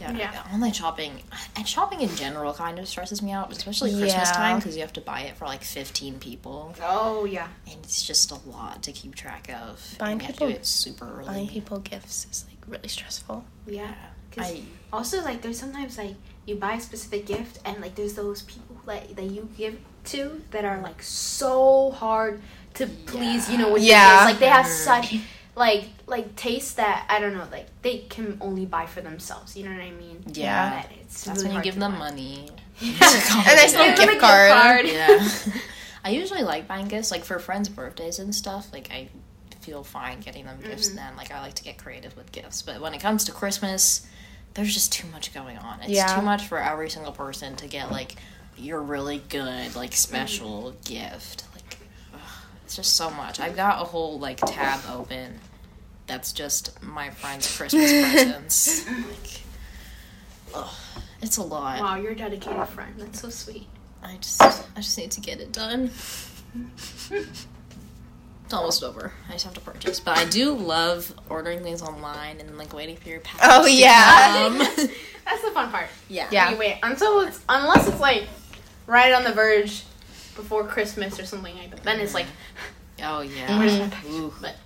Speaker 3: yeah,
Speaker 4: Yeah.
Speaker 3: online shopping and shopping in general kind of stresses me out, especially Christmas
Speaker 2: Yeah.
Speaker 3: time because you have to buy it for like fifteen people
Speaker 4: Oh yeah.
Speaker 3: and it's just a lot to keep track of.
Speaker 2: Buying
Speaker 3: and you have to do
Speaker 2: people-
Speaker 3: it super early.
Speaker 2: Buying people gifts is like really stressful.
Speaker 4: Yeah.
Speaker 3: Yeah.
Speaker 4: 'Cause
Speaker 3: I
Speaker 4: also like there's sometimes like you buy a specific gift and like there's those people like that you give to that are like so hard to please you know with their
Speaker 2: Yeah.
Speaker 4: gifts. like they
Speaker 5: Mm.
Speaker 4: have such like like taste that I don't know like they can only buy for themselves you know what I mean
Speaker 3: Yeah.
Speaker 4: That it's
Speaker 3: that's
Speaker 4: really
Speaker 3: when you
Speaker 4: hard
Speaker 3: give
Speaker 4: to
Speaker 3: them
Speaker 4: buy.
Speaker 3: money.
Speaker 2: And I still
Speaker 4: Yeah.
Speaker 2: gift
Speaker 4: Give a
Speaker 2: card.
Speaker 3: yeah. I usually like buying gifts, like for friends' birthdays and stuff. Like I feel fine getting them gifts then. Like I like to get creative with gifts, but when it comes to Christmas, there's just too much going on. It's
Speaker 2: Yeah.
Speaker 3: too much for every single person to get like your really good, like special gift. Like ugh, it's just so much. I've got a whole like tab open that's just my friends' Christmas presents. Like, ugh, it's a lot.
Speaker 4: Wow, you're a dedicated friend. That's so sweet.
Speaker 3: I just I just need to get it done. It's almost over. I just have to purchase. But I do love ordering things online and like waiting for your package.
Speaker 2: Oh,
Speaker 3: to
Speaker 2: yeah.
Speaker 3: come.
Speaker 4: That's the fun part.
Speaker 3: Um, yeah.
Speaker 2: Yeah.
Speaker 4: You wait until it's unless it's like right on the verge before Christmas or something like that. Then it's like
Speaker 3: Oh yeah.
Speaker 4: where's
Speaker 2: Mm-hmm.
Speaker 4: my package?
Speaker 3: Ooh.
Speaker 4: But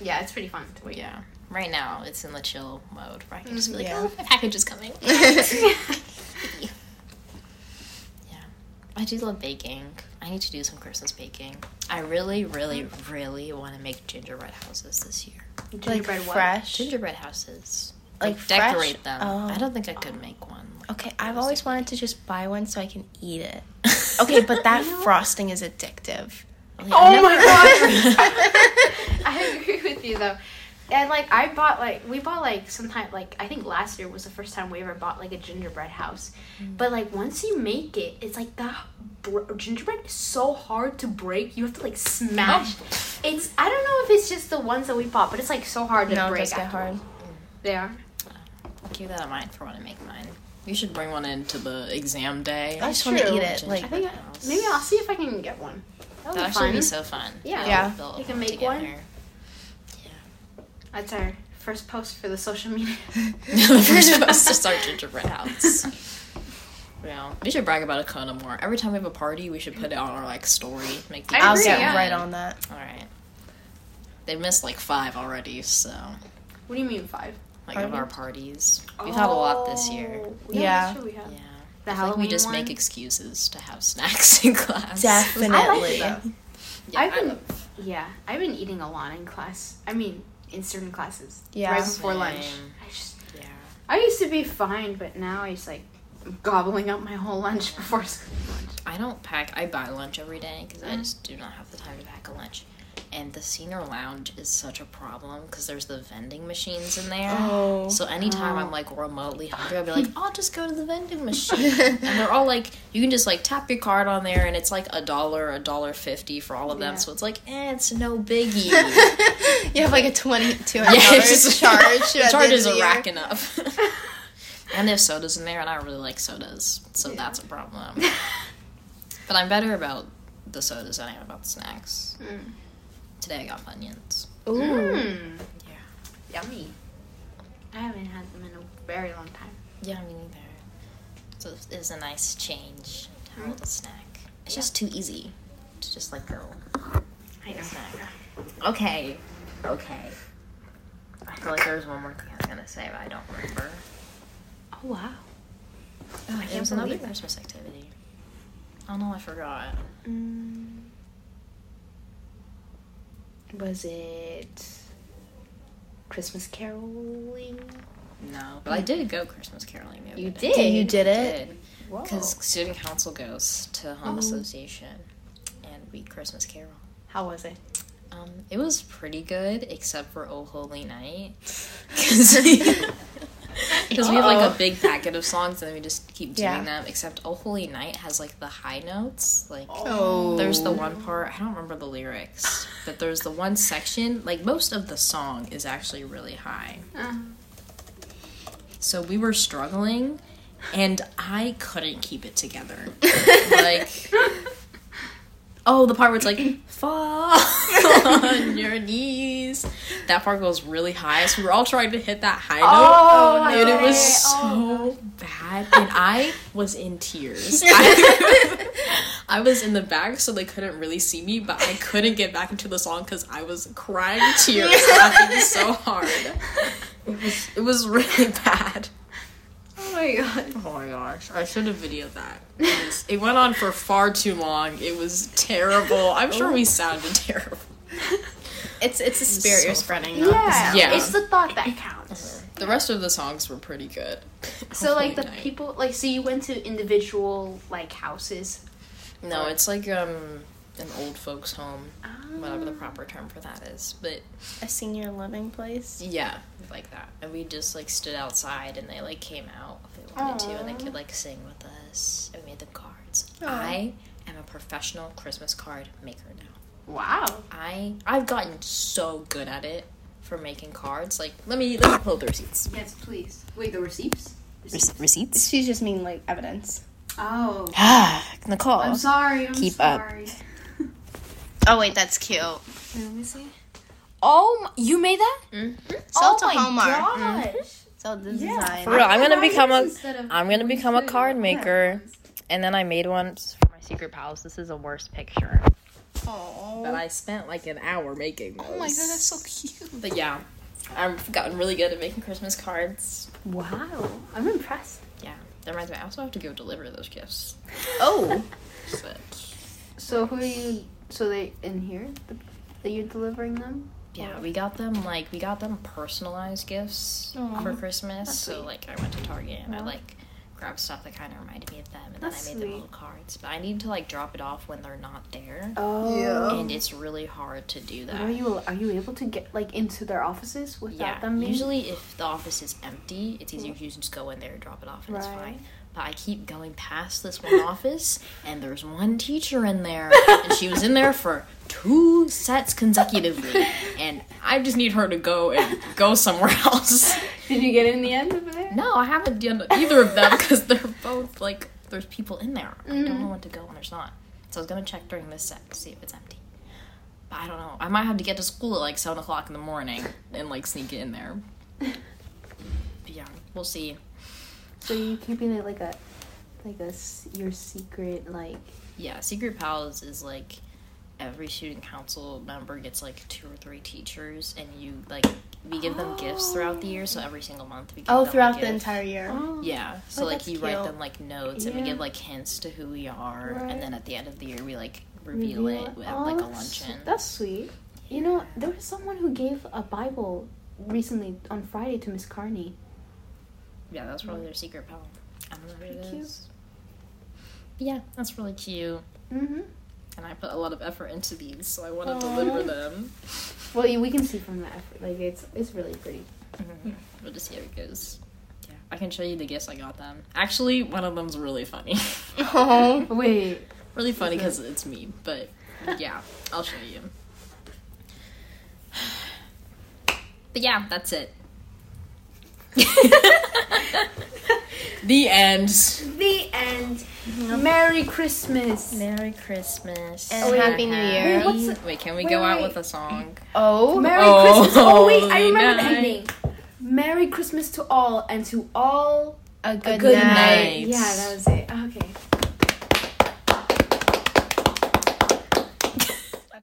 Speaker 4: yeah, it's pretty fun to wait.
Speaker 3: Yeah. Right now it's in the chill mode where I can just be like,
Speaker 2: Yeah.
Speaker 3: Oh, my package is coming. I do love baking. I need to do some Christmas baking. I really, really,
Speaker 2: Mm-hmm.
Speaker 3: really want to make gingerbread houses this year.
Speaker 2: Like
Speaker 4: Gingerbread what?
Speaker 2: fresh.
Speaker 3: Gingerbread houses.
Speaker 2: Like
Speaker 3: Like,
Speaker 2: fresh?
Speaker 3: decorate them.
Speaker 2: Oh.
Speaker 3: I don't think I could make one.
Speaker 2: Okay, I've always wanted to just buy one so I can eat it. Okay, but that frosting is addictive.
Speaker 3: oh my
Speaker 4: I agree with you though. And like I bought like we bought like sometime like I think last year was the first time we ever bought like a gingerbread house.
Speaker 3: Mm.
Speaker 4: But like once you make it, it's like the br- gingerbread is so hard to break. You have to like
Speaker 3: Oh.
Speaker 4: smash. It's I don't know if it's just the ones that we bought, but it's like so hard to
Speaker 2: No, it
Speaker 4: break.
Speaker 2: does get hard.
Speaker 4: They are.
Speaker 3: Keep that in mind for when I make mine. You should bring one in to the exam day.
Speaker 2: I just want to
Speaker 4: true.
Speaker 2: eat it. Like,
Speaker 4: I think I, maybe I'll see if I can get one. That'll
Speaker 3: That
Speaker 4: be
Speaker 3: actually
Speaker 4: fun.
Speaker 3: be so fun.
Speaker 4: Yeah.
Speaker 2: Yeah.
Speaker 3: build
Speaker 4: We can
Speaker 3: one
Speaker 4: make one.
Speaker 3: together.
Speaker 4: That's our first post for the social media.
Speaker 3: the first post to start gingerbread house. Yeah. We should brag about Akona more. Every time we have a party, we should put it on our like story. Make the
Speaker 4: I
Speaker 2: I'll
Speaker 4: agree,
Speaker 2: get
Speaker 4: yeah.
Speaker 2: right on that.
Speaker 3: All right. They missed like five already, so
Speaker 4: What do you mean five?
Speaker 3: like of our parties, we've had a lot this year.
Speaker 4: Oh,
Speaker 2: Yeah.
Speaker 4: that's true, we have.
Speaker 3: Yeah.
Speaker 4: The
Speaker 3: I think
Speaker 4: Halloween
Speaker 3: we just
Speaker 4: one.
Speaker 3: make excuses to have snacks in class.
Speaker 2: Definitely.
Speaker 4: I like it,
Speaker 3: Yeah,
Speaker 4: I've
Speaker 3: I
Speaker 4: been-
Speaker 3: love
Speaker 4: Yeah, I've been eating a lot in class. I mean, in certain classes.
Speaker 2: Yeah.
Speaker 4: Right before lunch.
Speaker 3: Same.
Speaker 4: I just,
Speaker 3: Yeah.
Speaker 4: I used to be fine, but now I just like gobbling up my whole lunch before school lunch.
Speaker 3: I don't pack. I buy lunch every day because
Speaker 2: Mm.
Speaker 3: I just do not have the time to pack a lunch. And the senior lounge is such a problem because there's the vending machines in there.
Speaker 2: Oh.
Speaker 3: So anytime I'm like remotely hungry, I'll be like, I'll just go to the vending machine. and they're all like, you can just like tap your card on there, and it's like a dollar, a dollar fifty for all of them.
Speaker 4: Yeah.
Speaker 3: So it's like, eh, it's no biggie.
Speaker 2: You have like a twenty two
Speaker 3: Yeah,
Speaker 2: hundred
Speaker 3: it's just-
Speaker 2: dollars charge.
Speaker 3: the charges are racking up. and there's sodas in there, and I really like sodas, so that's a problem. but I'm better about the sodas than I am about the snacks. Today I got Funyuns.
Speaker 4: Mmm.
Speaker 3: Yeah.
Speaker 4: Yummy. I haven't had them in a very long time.
Speaker 3: Yeah, me neither. So it's- it's a nice change to have a little snack. Hmm? It's just too easy to just like go
Speaker 4: I know.
Speaker 3: snack. Okay. Okay. I feel like there was one more thing I was gonna say, but I don't remember.
Speaker 4: Oh wow.
Speaker 3: Oh,
Speaker 4: I
Speaker 3: it
Speaker 4: can't
Speaker 3: was another
Speaker 4: believe it.
Speaker 3: Christmas activity. Oh no, I forgot.
Speaker 4: Was it Christmas caroling?
Speaker 3: No, but I did go Christmas caroling. the other
Speaker 4: You
Speaker 3: day.
Speaker 4: did? Did you
Speaker 2: did
Speaker 3: I
Speaker 2: it?
Speaker 3: did. Because student council goes to
Speaker 4: Oh.
Speaker 3: home association, and we Christmas carol.
Speaker 4: How was it?
Speaker 3: Um, it was pretty good, except for Oh Holy Night, because we, 'cause we have like a big packet of songs, and then we just keep doing
Speaker 2: Yeah.
Speaker 3: them. Except Oh Holy Night has like the high notes, like.
Speaker 2: Oh.
Speaker 3: There's the one part, I don't remember the lyrics, but there's the one section, like most of the song is actually really high. So we were struggling and I couldn't keep it together. like Oh, the part where it's like fall on your knees. That part goes really high, so we were all trying to hit that high note.
Speaker 4: Oh,
Speaker 3: And it was so bad. And I was in tears. I, I was in the back, so they couldn't really see me, but I couldn't get back into the song because I was crying tears laughing so hard. It was, it was really bad.
Speaker 4: Oh my god.
Speaker 3: Oh my gosh. I should have videoed that. It, was- it went on for far too long. It was terrible. I'm
Speaker 4: Oh.
Speaker 3: sure we sounded terrible.
Speaker 2: It's it's a spirit
Speaker 3: so
Speaker 2: you're spreading. though.
Speaker 4: Yeah.
Speaker 3: Yeah.
Speaker 4: It's the thought that counts.
Speaker 3: The rest of the songs were pretty good.
Speaker 4: So like the
Speaker 3: Hopefully not.
Speaker 4: people like so you went to individual like houses.
Speaker 3: No, it's like um an old folks home. whatever the
Speaker 4: Ah.
Speaker 3: proper term for that is. But
Speaker 2: A senior living place.
Speaker 3: yeah, like that. And we just like stood outside and they like came out if they wanted to and they could like sing with us. And we made them cards. I am a professional Christmas card maker now.
Speaker 4: Wow.
Speaker 3: I I've gotten so good at it for making cards. Like let me let me pull up the receipts.
Speaker 4: Yes, please. Wait, the receipts?
Speaker 3: receipts?
Speaker 2: She's just meaning like evidence.
Speaker 4: Oh.
Speaker 3: Ah, Nicole.
Speaker 4: I'm sorry. I'm
Speaker 3: Keep up.
Speaker 4: sorry. up.
Speaker 2: Oh wait, that's cute.
Speaker 1: Oh, my, you made that?
Speaker 2: Mm-hmm. Sold to Hallmark.
Speaker 4: gosh.
Speaker 2: Sold to design.
Speaker 1: For real, I'm gonna
Speaker 4: Why
Speaker 1: become
Speaker 4: this
Speaker 1: a
Speaker 4: instead of-
Speaker 1: I'm gonna become a card maker. And then I made one for my secret palace. This is a worse picture.
Speaker 2: Aw.
Speaker 3: But I spent like an hour making those.
Speaker 2: Oh my god, that's so cute.
Speaker 3: But yeah, I've gotten really good at making Christmas cards.
Speaker 4: Wow. I'm impressed.
Speaker 3: Yeah, that reminds me. I also have to go deliver those gifts.
Speaker 2: Oh.
Speaker 3: But
Speaker 4: So who are you so they in here the, that you're delivering them?
Speaker 3: yeah, we got them like we got them personalized gifts for Christmas. so like I went to Target and I like grabbed stuff that kind of reminded me of them, and
Speaker 4: That's
Speaker 3: then I made them
Speaker 4: sweet.
Speaker 3: little cards. But I need to like drop it off when they're not there,
Speaker 4: Oh.
Speaker 3: and it's really hard to do that.
Speaker 4: Are you are you able to get like into their offices without
Speaker 3: yeah,
Speaker 4: them being?
Speaker 3: usually if the office is empty, it's easier if you just go in there and drop it off, and it's
Speaker 4: Right.
Speaker 3: fine. But I keep going past this one office, and there's one teacher in there, and she was in there for two sets consecutively, and I just need her to go and go somewhere else.
Speaker 4: Did you get in the end of there?
Speaker 3: No, I haven't done either of them because they're both like there's people in there. I
Speaker 2: Mm.
Speaker 3: don't know when to go when there's not. So I was gonna check during this set to see if it's empty. But I don't know. I might have to get to school at like seven o'clock in the morning and like sneak it in there. But yeah, we'll see.
Speaker 4: So you're keeping it like a like a s- your secret like
Speaker 3: Yeah, Secret Pals is like every student council member gets like two or three teachers, and you like we give them gifts throughout the year. So every single month we give
Speaker 2: Oh,
Speaker 3: them a
Speaker 2: throughout the
Speaker 3: gift.
Speaker 2: entire year.
Speaker 4: Oh, Mm-hmm.
Speaker 3: Yeah. So like
Speaker 2: that's
Speaker 3: you write
Speaker 2: cute.
Speaker 3: them like notes and we
Speaker 4: Yeah.
Speaker 3: give like hints to who we are
Speaker 4: Right.
Speaker 3: and then at the end of the year we like reveal, it at
Speaker 4: Oh,
Speaker 3: like a
Speaker 4: that's-
Speaker 3: luncheon.
Speaker 4: That's sweet. You know, there was someone who gave a Bible recently on Friday to Miss Carney.
Speaker 3: yeah, that's probably their secret power. I don't know what it
Speaker 4: pretty cute.
Speaker 3: is. But yeah, that's really cute.
Speaker 4: Mm-hmm.
Speaker 3: And I put a lot of effort into these, so I want to deliver them.
Speaker 4: Well, you- we can see from the effort. Like it's it's really pretty.
Speaker 3: We'll just see how it goes. Yeah. I can show you the gifts I got them. Actually, one of them's really funny.
Speaker 2: Oh.
Speaker 4: Wait.
Speaker 3: really funny because it's me, but yeah, I'll show you. But yeah, that's it. the end.
Speaker 4: The end. Merry Christmas.
Speaker 3: Merry Christmas.
Speaker 2: And Oh, Happy New Year.
Speaker 4: Wait, what's the-
Speaker 3: wait, can we
Speaker 4: wait,
Speaker 3: go out
Speaker 4: wait.
Speaker 3: with a song?
Speaker 2: Oh.
Speaker 4: Merry
Speaker 3: Oh,
Speaker 4: Christmas. Oh wait, I remember the
Speaker 3: night.
Speaker 4: ending. Merry Christmas to all and to all
Speaker 2: a good,
Speaker 4: a good
Speaker 2: night.
Speaker 4: night. Yeah, that was it. Okay.